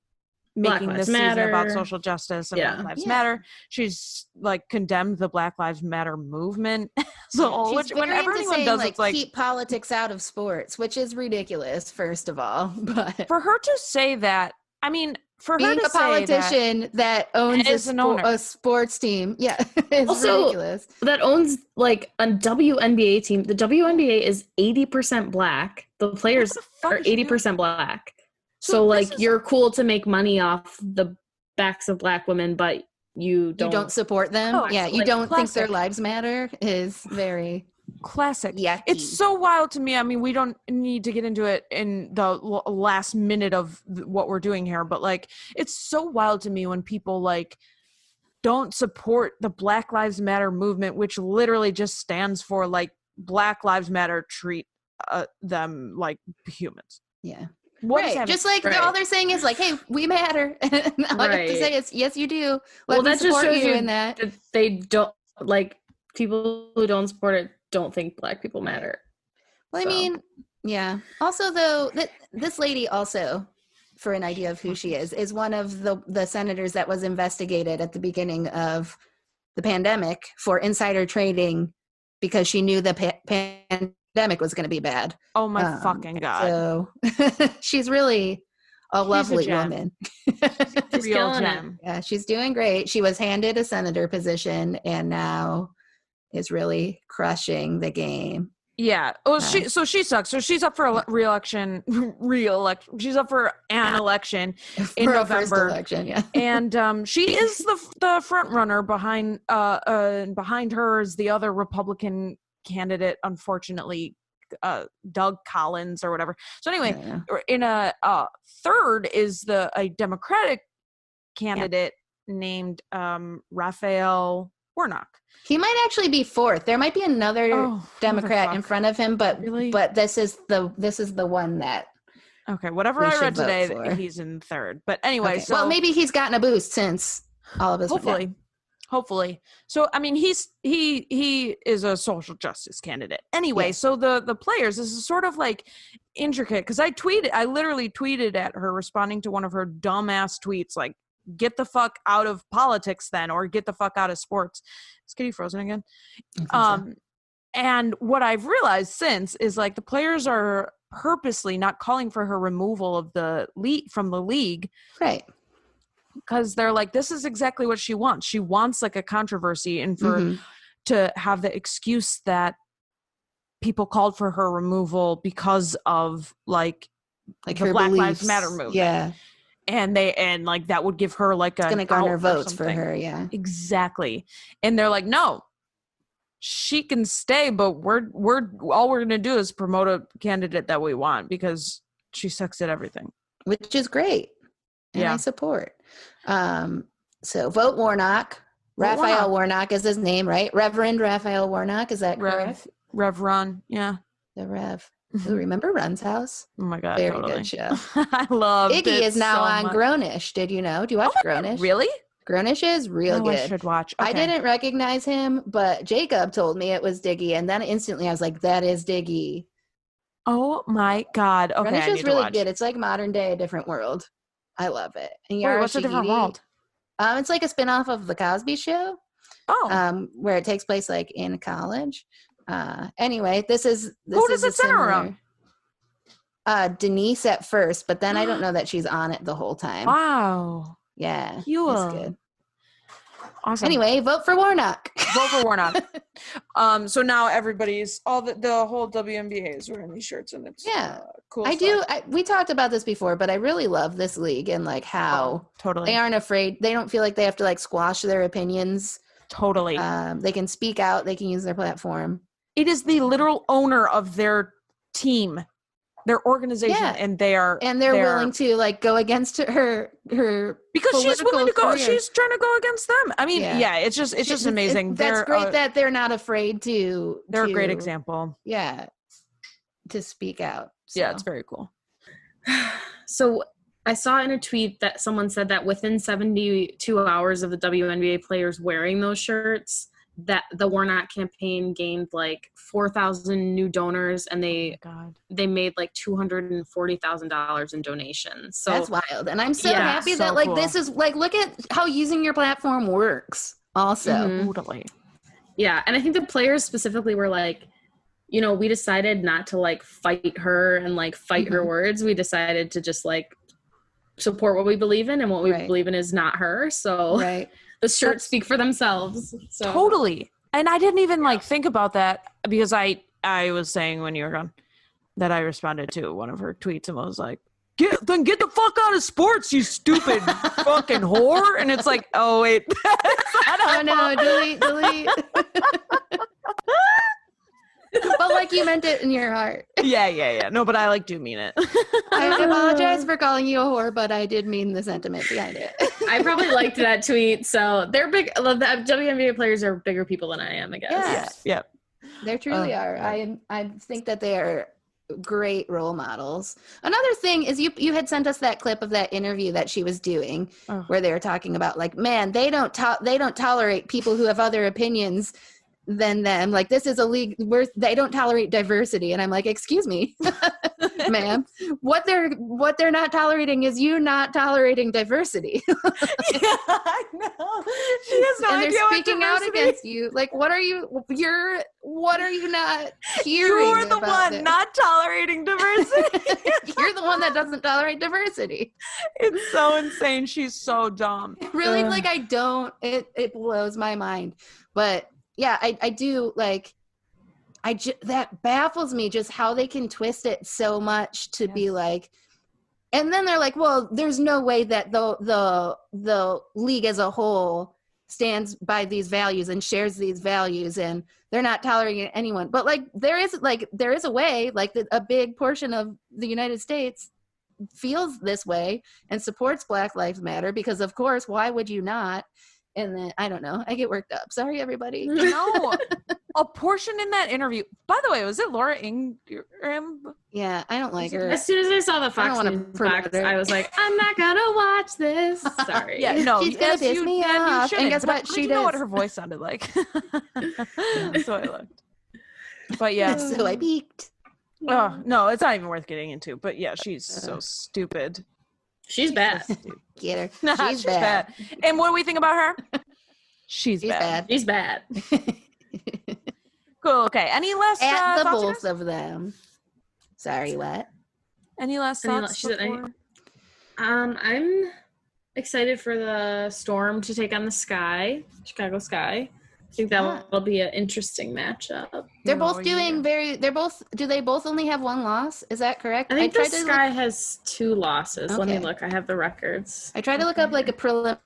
S4: Black
S2: making this
S4: Lives
S2: season about
S4: Matter.
S2: social justice and Black
S4: Yeah.
S2: Lives
S3: Yeah.
S2: Matter. She's like condemned the Black Lives Matter movement. so
S3: She's
S2: which,
S3: very
S2: whenever
S3: into
S2: anyone
S3: saying,
S2: does,
S3: like,
S2: it's like
S3: keep politics out of sports, which is ridiculous, first of all. But
S2: for her to say that i mean for
S3: being
S2: her to
S3: a politician that, owns a,
S2: As an
S3: spo-
S2: owner.
S3: a sports team. Yeah, it's
S4: Also-
S3: ridiculous.
S4: that owns like a WNBA team. The WNBA is 80% black. The players
S2: say that,
S4: are 80% black. So,
S2: So this
S4: like
S2: is-
S4: you're cool to make money off the backs of black women, but you
S3: You
S4: don't,
S3: don't support them.
S2: Oh,
S3: yeah, you
S4: like,
S3: don't think their
S2: classic.
S3: lives matter is very
S2: classic.
S3: yucky.
S2: It's so wild to me. I mean, we don't need to get into it in the l- last minute of th- what we're doing here, but like, it's so wild to me when people like don't support the Black Lives Matter movement, which literally just stands for like Black Lives Matter treat uh, them like humans.
S3: yeah,
S2: What does that
S3: right.
S2: have-
S3: Just like they're-
S4: Right.
S3: all they're saying is like, "Hey, we matter." and all I have to
S4: Right.
S3: say is, "Yes, you do." Let
S4: Well,
S3: me
S4: that just
S3: support
S4: shows
S3: you
S4: you-
S3: in that.
S4: that they don't like people who don't support it don't think black people matter.
S3: Well, I
S4: So.
S3: mean, yeah. Also, though, th- this lady also, for an idea of who she is, is one of the the senators that was investigated at the beginning of the pandemic for insider trading because she knew the pa- pandemic was going to be bad.
S2: oh my
S3: um,
S2: fucking god!
S3: So she's really a lovely
S2: gem.
S3: woman.
S4: She's
S2: Real
S4: killing it.
S2: gem.
S3: yeah, she's doing great. She was handed a senator position and now is really crushing the game.
S2: Yeah. Oh,
S3: Yeah.
S2: she so she sucks. So she's up for ele- re-election, re-election. She's up for an election. In
S3: for a first
S2: November.
S3: election, yeah.
S2: and um, she is the the front runner behind uh, uh and behind her is the other Republican candidate, unfortunately, uh, Doug Collins or whatever. So anyway,
S3: Yeah.
S2: or in a uh, third is the a Democratic candidate named um, Raphael Warnock.
S3: He might actually be fourth. There might be another Democrat in
S2: motherfuck.
S3: front of him, but
S2: Oh, Really?
S3: but this is the this is the one that
S2: Okay, whatever
S3: we
S2: I
S3: should
S2: read today,
S3: vote for.
S2: he's in third. But anyway,
S3: okay.
S2: so
S3: well maybe he's gotten a boost since all of us went down.
S2: hopefully hopefully so i mean he's he he is a social justice candidate anyway
S3: Yeah.
S2: so the the players this is sort of like intricate because i tweeted i literally tweeted at her responding to one of her dumbass tweets like get the fuck out of politics then or get the fuck out of sports is kitty frozen again
S3: I think so.
S2: um, and what I've realized since is like the players are purposely not calling for her removal of the league from the league
S3: right
S2: because they're like, this is exactly what she wants. She wants like a controversy and for
S3: Mhm.
S2: to have the excuse that people called for her removal because of like
S3: like
S2: the
S3: her
S2: Black Lives
S3: beliefs.
S2: Matter movement.
S3: Yeah, it's
S2: and they and like that would give her like a
S3: gonna garner votes for her. Yeah,
S2: exactly and they're like no she can stay but we're we're all we're gonna do is promote a candidate that we want because she sucks at everything
S3: which is great. And I
S2: Yeah.
S3: support. Um, so vote Warnock.
S2: Vote
S3: Raphael Warnock. is his name, right? Reverend Raphael Warnock. Is that correct?
S2: rev rev run yeah
S3: The Rev. Who remember Run's House?
S2: oh my god
S3: Very
S2: totally
S3: good show.
S2: i love
S3: Iggy
S2: it
S3: is now
S2: so
S3: on
S2: much.
S3: Grownish. Did you know? Do you watch
S2: Oh my God,
S3: Grownish?
S2: really
S3: Grownish is real
S2: oh,
S3: good.
S2: i should watch
S3: I
S2: Okay.
S3: didn't recognize him, but Jacob told me it was Diggy, and then instantly I was like, "That is Diggy."
S2: oh my god okay I
S3: Grownish
S2: need
S3: is
S2: to
S3: really
S2: watch.
S3: good. It's like modern day, a different world. I love it. And
S2: Wait, what's a different
S3: Yarashihiri-
S2: world
S3: Um, it's like a spin-off of the Cosby Show,
S2: oh
S3: um, where it takes place like in college. Uh, anyway, this is this
S2: Who does it
S3: is
S2: center around?
S3: similar- Uh, Denise at first, but then I don't know that she's on it the whole time.
S2: wow
S3: Yeah, um, it's
S2: Cool.
S3: good.
S2: awesome
S3: Anyway, vote for Warnock.
S2: vote for Warnock. um, so now everybody's all the, the whole WNBA is wearing these shirts, and it's
S3: Yeah.
S2: uh, cool.
S3: I
S2: stuff.
S3: do. I, we talked about this before, but I really love this league and like how
S2: totally,
S3: they aren't afraid. They don't feel like they have to like squash their opinions.
S2: totally.
S3: Um, they can speak out. They can use their platform.
S2: it is the literal owner of their team, their organization,
S3: Yeah.
S2: and they are
S3: and they're,
S2: they're-
S3: willing to like go against her her
S2: because she's willing to go.
S3: political career.
S2: She's trying to go against them. I mean,
S3: Yeah.
S2: yeah, it's just it's just
S3: It- it-
S2: amazing.
S3: that's
S2: they're
S3: great
S2: a,
S3: that they're not afraid to
S2: they're a great
S3: to-
S2: example.
S3: yeah to speak out
S2: Yeah,
S3: so.
S2: it's very cool.
S4: So I saw in a tweet that someone said that within 72 hours of the WNBA players wearing those shirts, that the Warnock campaign gained like 4,000 new donors and they
S3: Oh
S2: God,
S4: they made like $240,000 in donations. So
S3: that's wild and i'm so
S4: Yeah,
S3: happy
S2: so
S3: that like
S2: cool.
S3: this is like look at how using your platform works also
S4: Mhm.
S2: totally.
S4: Yeah, and I think the players specifically were like, you know, we
S3: Mm-hmm.
S4: decided not to like fight her and like fight her words. We decided to just like support what we believe in, and what we
S3: Right.
S4: believe in is not her. So
S3: right
S4: the shirts speak for themselves. So
S2: Totally. And I didn't even like think about that because I I was saying when you were gone that I responded to one of her tweets and was like, get, then get the fuck out of sports, you stupid fucking whore. And it's like, oh wait, that's not
S3: oh
S2: how-
S3: no delete delete but like you meant it in your heart
S2: yeah, yeah, yeah. No, but I like do mean it.
S3: i apologize for calling you a whore but i did mean the sentiment behind it
S4: I probably liked that tweet. So they're big. The WNBA players are bigger people than I am. I guess.
S3: Yeah.
S2: yeah.
S3: They truly
S2: Oh,
S3: are.
S2: yeah.
S3: I am. I think that they are great role models. Another thing is you you had sent us that clip of that interview that she was doing
S2: Oh.
S3: where they were talking about like man they don't to- they don't tolerate people who have other opinions than them like this is a league where they don't tolerate diversity and I'm like excuse me ma'am what they're what they're not tolerating is you not tolerating diversity
S2: yeah, I know. She has no
S3: and
S2: idea
S3: they're
S2: what
S3: speaking out
S2: diversity-
S3: against you like what are you you're what are you not
S2: You
S3: hearing
S2: are the
S3: about
S2: one
S3: this?
S2: not tolerating diversity.
S3: You're the one that doesn't tolerate diversity.
S2: it's so insane. She's so dumb.
S3: Really,
S4: Ugh.
S3: like I don't. It it blows my mind. But yeah, I I do like. I ju- that baffles me just how they can twist it so much to be like, and then they're like, well, there's no way that the the the league as a whole stands by these values and shares these values and they're not tolerating anyone but like there is like there is a way like the, a big portion of the united states feels this way and supports black lives matter because of course why would you not and then i don't know i get worked up sorry everybody
S2: No, a portion in that interview. By the way, was it Laura Ingram?
S3: yeah i don't like her
S4: As soon as I saw the
S3: I don't
S4: Fox
S3: wanna
S4: News
S3: promote
S4: box,
S3: it.
S4: I was like, I'm not gonna watch this. Sorry.
S2: Yeah, no,
S3: She's gonna
S2: yes,
S3: piss
S2: you,
S3: me
S2: then you
S3: off. And
S2: shouldn't,
S3: guess
S2: but I
S3: what?
S2: wanted
S3: She
S2: to know what
S3: does.
S2: her voice sounded like. so I looked. But yeah,
S3: so i peeked
S2: oh, no, it's not even worth getting into. But yeah, she's
S3: Uh.
S2: so stupid.
S4: She's bad.
S3: get her
S2: Nah,
S3: she's, bad,
S2: And what do we think about her? She's,
S3: she's
S2: bad.
S3: bad,
S4: She's bad.
S2: Cool. Okay. Any last
S3: at
S2: uh,
S3: the
S2: thoughts you
S3: both
S2: guys?
S3: of them sorry what
S2: Any last
S4: Any la-
S2: thoughts?
S4: she said any-
S2: before-
S4: Um, I'm excited for the storm to take on the sky, Chicago Sky. I think that
S3: Yeah.
S4: will be an interesting matchup.
S3: They're
S2: No,
S3: both
S2: you-
S3: doing very. They're both. Do they both only have one loss? Is that correct?
S4: I think the
S3: tried to. Look,
S4: sky has two losses. Let me
S3: Okay.
S4: look. I have the records.
S3: I tried to look up like a preliminary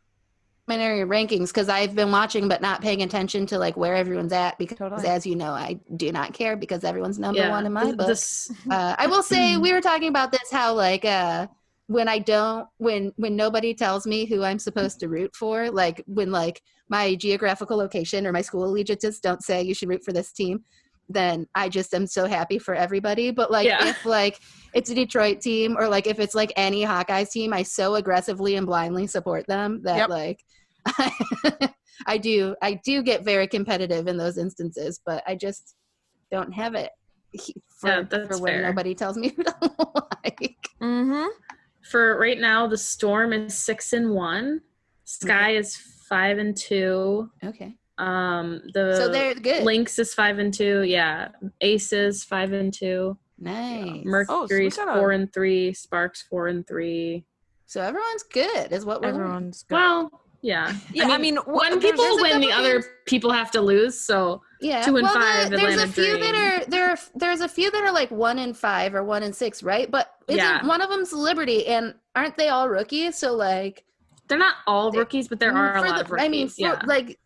S3: rankings because I've been watching but not paying attention to like where everyone's at because,
S2: Totally.
S3: as you know, I do not care because everyone's number
S4: yeah.
S3: one in my
S4: the- the
S3: book.
S4: s-
S3: uh, I will say we were talking about this how like uh when I don't when when nobody tells me who I'm supposed to root for like when like my geographical location or my school allegiances don't say you should root for this team then I just am so happy for everybody but like
S4: Yeah.
S3: if like it's a Detroit team or like if it's like any Hawkeyes team I so aggressively and blindly support them that
S2: Yep.
S3: like I do I do get very competitive in those instances but I just don't have it he- for,
S4: Yeah,
S3: for
S4: that's
S3: when
S4: fair.
S3: nobody tells me who to like.
S2: Mhm.
S4: for right now, the storm is six and one. Sky is five and two.
S3: Okay.
S4: Um, the
S3: so they're good.
S4: Lynx is five and two. Yeah, Aces five and two.
S3: nice.
S2: Oh, so we
S4: Mercury's
S2: got a-
S4: four and three. Sparks four and three.
S3: so everyone's good is what we're learning.
S2: Everyone's good.
S4: Well, yeah.
S2: yeah, I mean, wh-
S4: When
S2: there's-
S4: people
S3: there's a
S4: win, the
S3: couple
S4: other people have to lose. So
S3: Yeah.
S4: two and
S3: well, the-
S4: five,
S3: there's a
S4: Atlanta
S3: few that
S4: Dream.
S3: are there are there's a few that are like one in five or one in six, right? But isn't
S4: Yeah.
S3: one of them's Liberty and aren't they all rookies? So like
S4: they're not all
S3: They-
S4: rookies, but there are a
S3: for
S4: lot
S3: the-
S4: of rookies.
S3: I mean for,
S4: yeah.
S3: like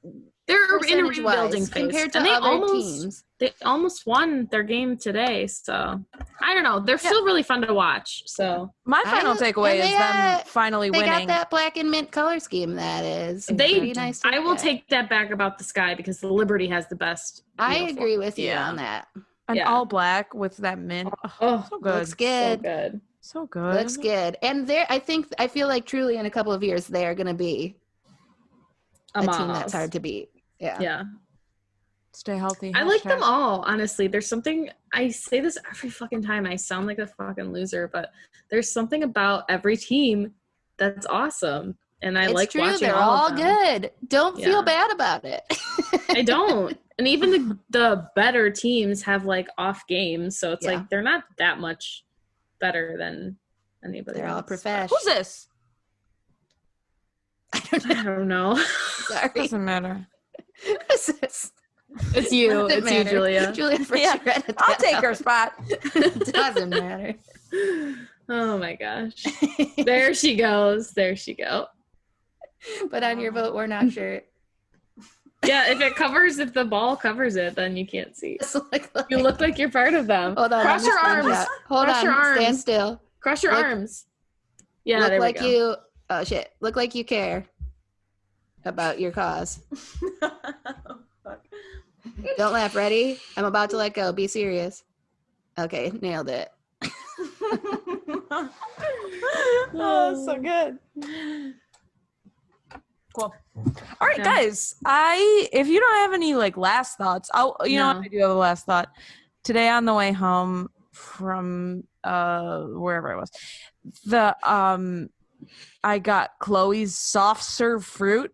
S4: they're in a
S3: percentage
S4: rebuilding
S3: wise
S4: phase.
S3: compared to
S4: and they
S3: other
S4: almost
S3: teams.
S4: they almost won their game today. So I don't know. They're still really fun to watch. So
S2: my
S3: I
S2: final
S3: don't-
S2: takeaway
S3: and
S2: is
S3: they,
S2: them
S3: uh,
S2: finally
S3: They
S2: winning.
S3: got that black and mint color scheme that is.
S4: They-
S3: pretty nice to
S4: I
S3: look
S4: will
S3: at.
S4: take that back about the sky because the Liberty has the best.
S3: I
S4: uniform.
S3: agree with you
S2: Yeah.
S3: on that.
S2: An
S4: yeah.
S2: all black with that mint. Ugh,
S4: Oh,
S2: so good.
S3: Looks good.
S4: so good.
S2: So good.
S3: Looks good. And there I think I feel like truly in a couple of years they are gonna be a team that's hard to beat. Yeah.
S4: Yeah.
S2: Stay healthy.
S4: I like them
S2: hashtag.
S4: all, honestly. There's something I say this every fucking time. I sound like a fucking loser, but there's something about every team that's awesome, and I
S3: it's
S4: like
S3: true,
S4: watching
S3: they're
S4: all,
S3: all,
S4: of them.
S3: good. Don't
S4: Yeah.
S3: feel bad about it.
S4: I don't, and even the the better teams have like off games, so it's
S3: Yeah.
S4: like they're not that much better than anybody.
S3: They're all
S4: else.
S3: professional.
S2: Who's this?
S3: don't know.
S4: I don't know.
S3: Sorry.
S2: Doesn't matter.
S3: This is-
S4: It's you.
S3: doesn't
S4: It's you,
S3: matter.
S4: Julia.
S3: Julia for
S2: Yeah,
S3: sure.
S2: I'll take her spot.
S3: Doesn't matter.
S4: Oh my gosh. There she goes. There she go.
S3: Put on your vote. We're not sure.
S4: Yeah, if it covers, if the ball covers it, then you can't see.
S3: Just look like-
S4: You look like you're part of them.
S3: Hold on. let
S4: Cross
S3: me
S4: your
S3: stand
S4: arms.
S3: up. Hold
S4: Cross
S3: on.
S4: your
S3: Stand
S4: arms.
S3: still.
S4: Cross your
S3: Look-
S4: arms. Yeah,
S3: look
S4: there we
S3: like
S4: go.
S3: you. Oh shit. Look like you care about your cause.
S4: Oh,
S3: Don't laugh. Ready? I'm about to let go. Be serious. Okay, nailed it.
S1: Oh, so good.
S2: All right,
S4: Yeah.
S2: guys. I if you don't have any like last thoughts, I'll you know
S4: No.
S2: what I do have a last thought. Today on the way home from uh wherever I was, the um I got Chloe's soft serve fruit.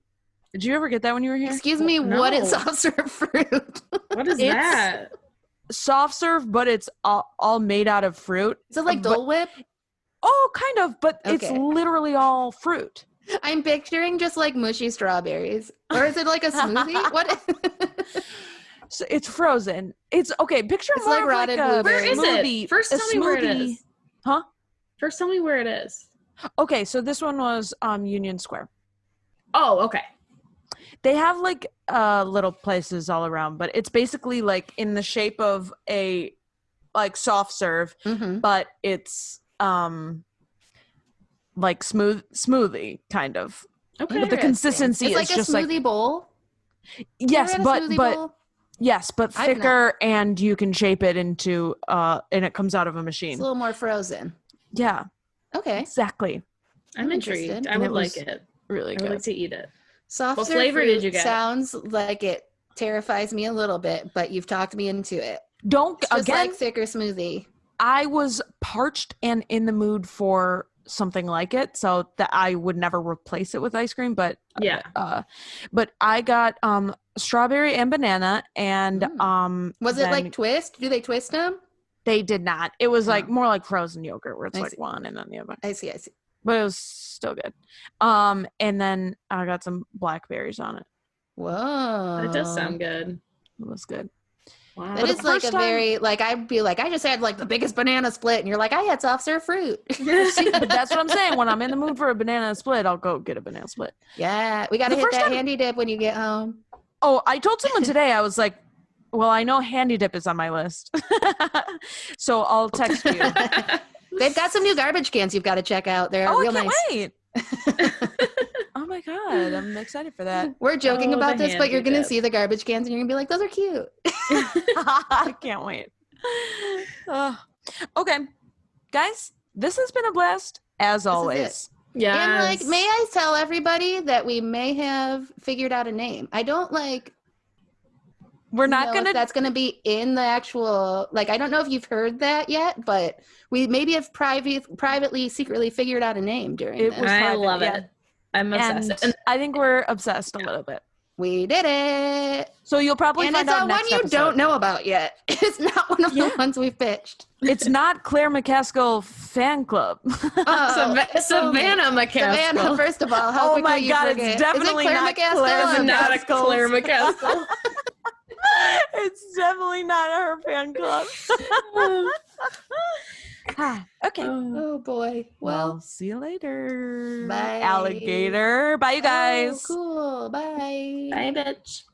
S2: Did you ever get that when you were here?
S3: Excuse me.
S4: No.
S3: What is soft serve fruit?
S4: What is
S2: It's-
S4: that?
S2: Soft serve, but it's all, all made out of fruit.
S3: Is it like
S2: But-
S3: Dole Whip?
S2: Oh, kind of, but it's
S3: Okay.
S2: literally all fruit.
S3: I'm picturing just like mushy strawberries, or is it like a smoothie? what?
S2: So it's frozen. It's okay. Picture
S3: It's
S2: more
S3: like
S2: of
S3: rotted
S2: a
S3: blueberry.
S4: Where is
S2: smoothie-
S4: it? First,
S2: a
S4: tell me where it
S2: smoothie.
S4: is.
S2: Huh?
S4: First, tell me where it is.
S2: Okay, so this one was um Union Square.
S4: Oh, okay.
S2: They have like uh little places all around, but it's basically like in the shape of a like soft serve,
S3: Mhm.
S2: but it's um like smooth smoothie kind of.
S4: Okay.
S2: But the
S3: Interesting.
S2: consistency
S3: it's
S2: is
S3: like a
S2: just
S3: smoothie
S2: like-
S3: bowl. You ever
S2: Yes,
S3: had a
S2: but
S3: smoothie
S2: but
S3: bowl?
S2: yes, but
S3: I've not.
S2: thicker and you can shape it into uh and it comes out of a
S3: it's
S2: machine.
S3: a little more frozen.
S2: yeah,
S3: Okay,
S2: exactly.
S4: I'm
S3: I'm
S4: intrigued.
S3: interested.
S4: I
S2: And it
S4: would
S2: was
S4: like it.
S2: Really
S4: I would like
S2: good.
S4: to eat it.
S3: soft
S4: What
S3: serve
S4: flavor did
S3: fruit
S4: you get?
S3: Sounds like it terrifies me a little bit, but you've talked me into it.
S2: Don't
S3: It's just
S2: again
S3: like thicker smoothie.
S2: I was parched and in the mood for something like it, so that I would never replace it with ice cream. But
S4: Yeah.
S2: uh, but I got um strawberry and banana, and
S3: Mm.
S2: um,
S3: Was it
S2: then
S3: like twist? Do they twist them?
S2: they did not? It was like
S3: Oh.
S2: more like frozen yogurt, where it's
S3: I
S2: like
S3: see.
S2: one and then the other,
S3: I see. I see.
S2: but it was still good. Um, and then I got some blackberries on it.
S3: Whoa,
S4: That does sound good.
S2: It was good.
S4: Wow.
S3: Um, That
S2: But the
S3: is like a
S2: first time-
S3: very like I'd be like I just had like the biggest banana split, and you're like I had soft serve fruit.
S2: See, but that's what I'm saying. When I'm in the mood for a banana split, I'll go get a banana split.
S3: yeah, we gotta
S2: The
S3: hit
S2: first
S3: that
S2: time-
S3: handy dip when you get home.
S2: Oh, I told someone today, I was like, well, I know Handy Dip is on my list. so I'll text you.
S3: They've got some new garbage cans you've got to check out. They're
S2: oh, I
S3: real
S2: can't
S3: nice.
S2: wait. oh my God. I'm excited for that.
S3: We're joking
S4: Oh,
S3: about
S4: the
S3: this, but you're
S4: handy
S3: gonna
S4: dip.
S3: see the garbage cans and you're gonna be like, "Those are cute."
S2: I can't wait. Ugh. okay. Guys, this has been a blast, as always.
S4: yeah.
S3: And like, may I tell everybody that we may have figured out a name? I don't like.
S2: We're not
S3: know
S2: going
S3: if
S2: to.
S3: That's gonna be in the actual. Like, I don't know if you've heard that yet, but we maybe have private, privately, secretly figured out a name during
S2: It
S3: this.
S2: was-
S4: I
S2: private,
S4: love
S2: yeah.
S4: it. I'm obsessed.
S2: And
S4: And
S2: I think we're obsessed a little bit.
S3: we did it,
S2: So you'll probably
S3: and
S2: find
S3: it's
S2: out
S3: a one
S2: next
S3: you
S2: episode.
S3: don't know about yet. It's not one of
S2: Yeah.
S3: the ones we've pitched.
S2: It's not Claire McCaskill fan club.
S3: Oh,
S4: Sav-
S3: it's so many.
S4: Savannah McCaskill.
S3: Savannah, first of all, how
S2: Oh
S3: quickly
S2: my
S3: you
S2: God, it's
S3: forget.
S2: definitely
S3: Is it Claire
S2: not
S3: McCaskill
S2: Claire
S3: or
S4: It's not a
S2: McCaskills.
S4: Claire McCaskill.
S2: it's definitely not her fan club. Ah, okay.
S3: Oh boy.
S2: Well,
S3: Well,
S2: see you later.
S3: Bye.
S2: Alligator. Bye, you
S3: oh,
S2: guys.
S3: cool. Bye.
S4: Bye, bitch.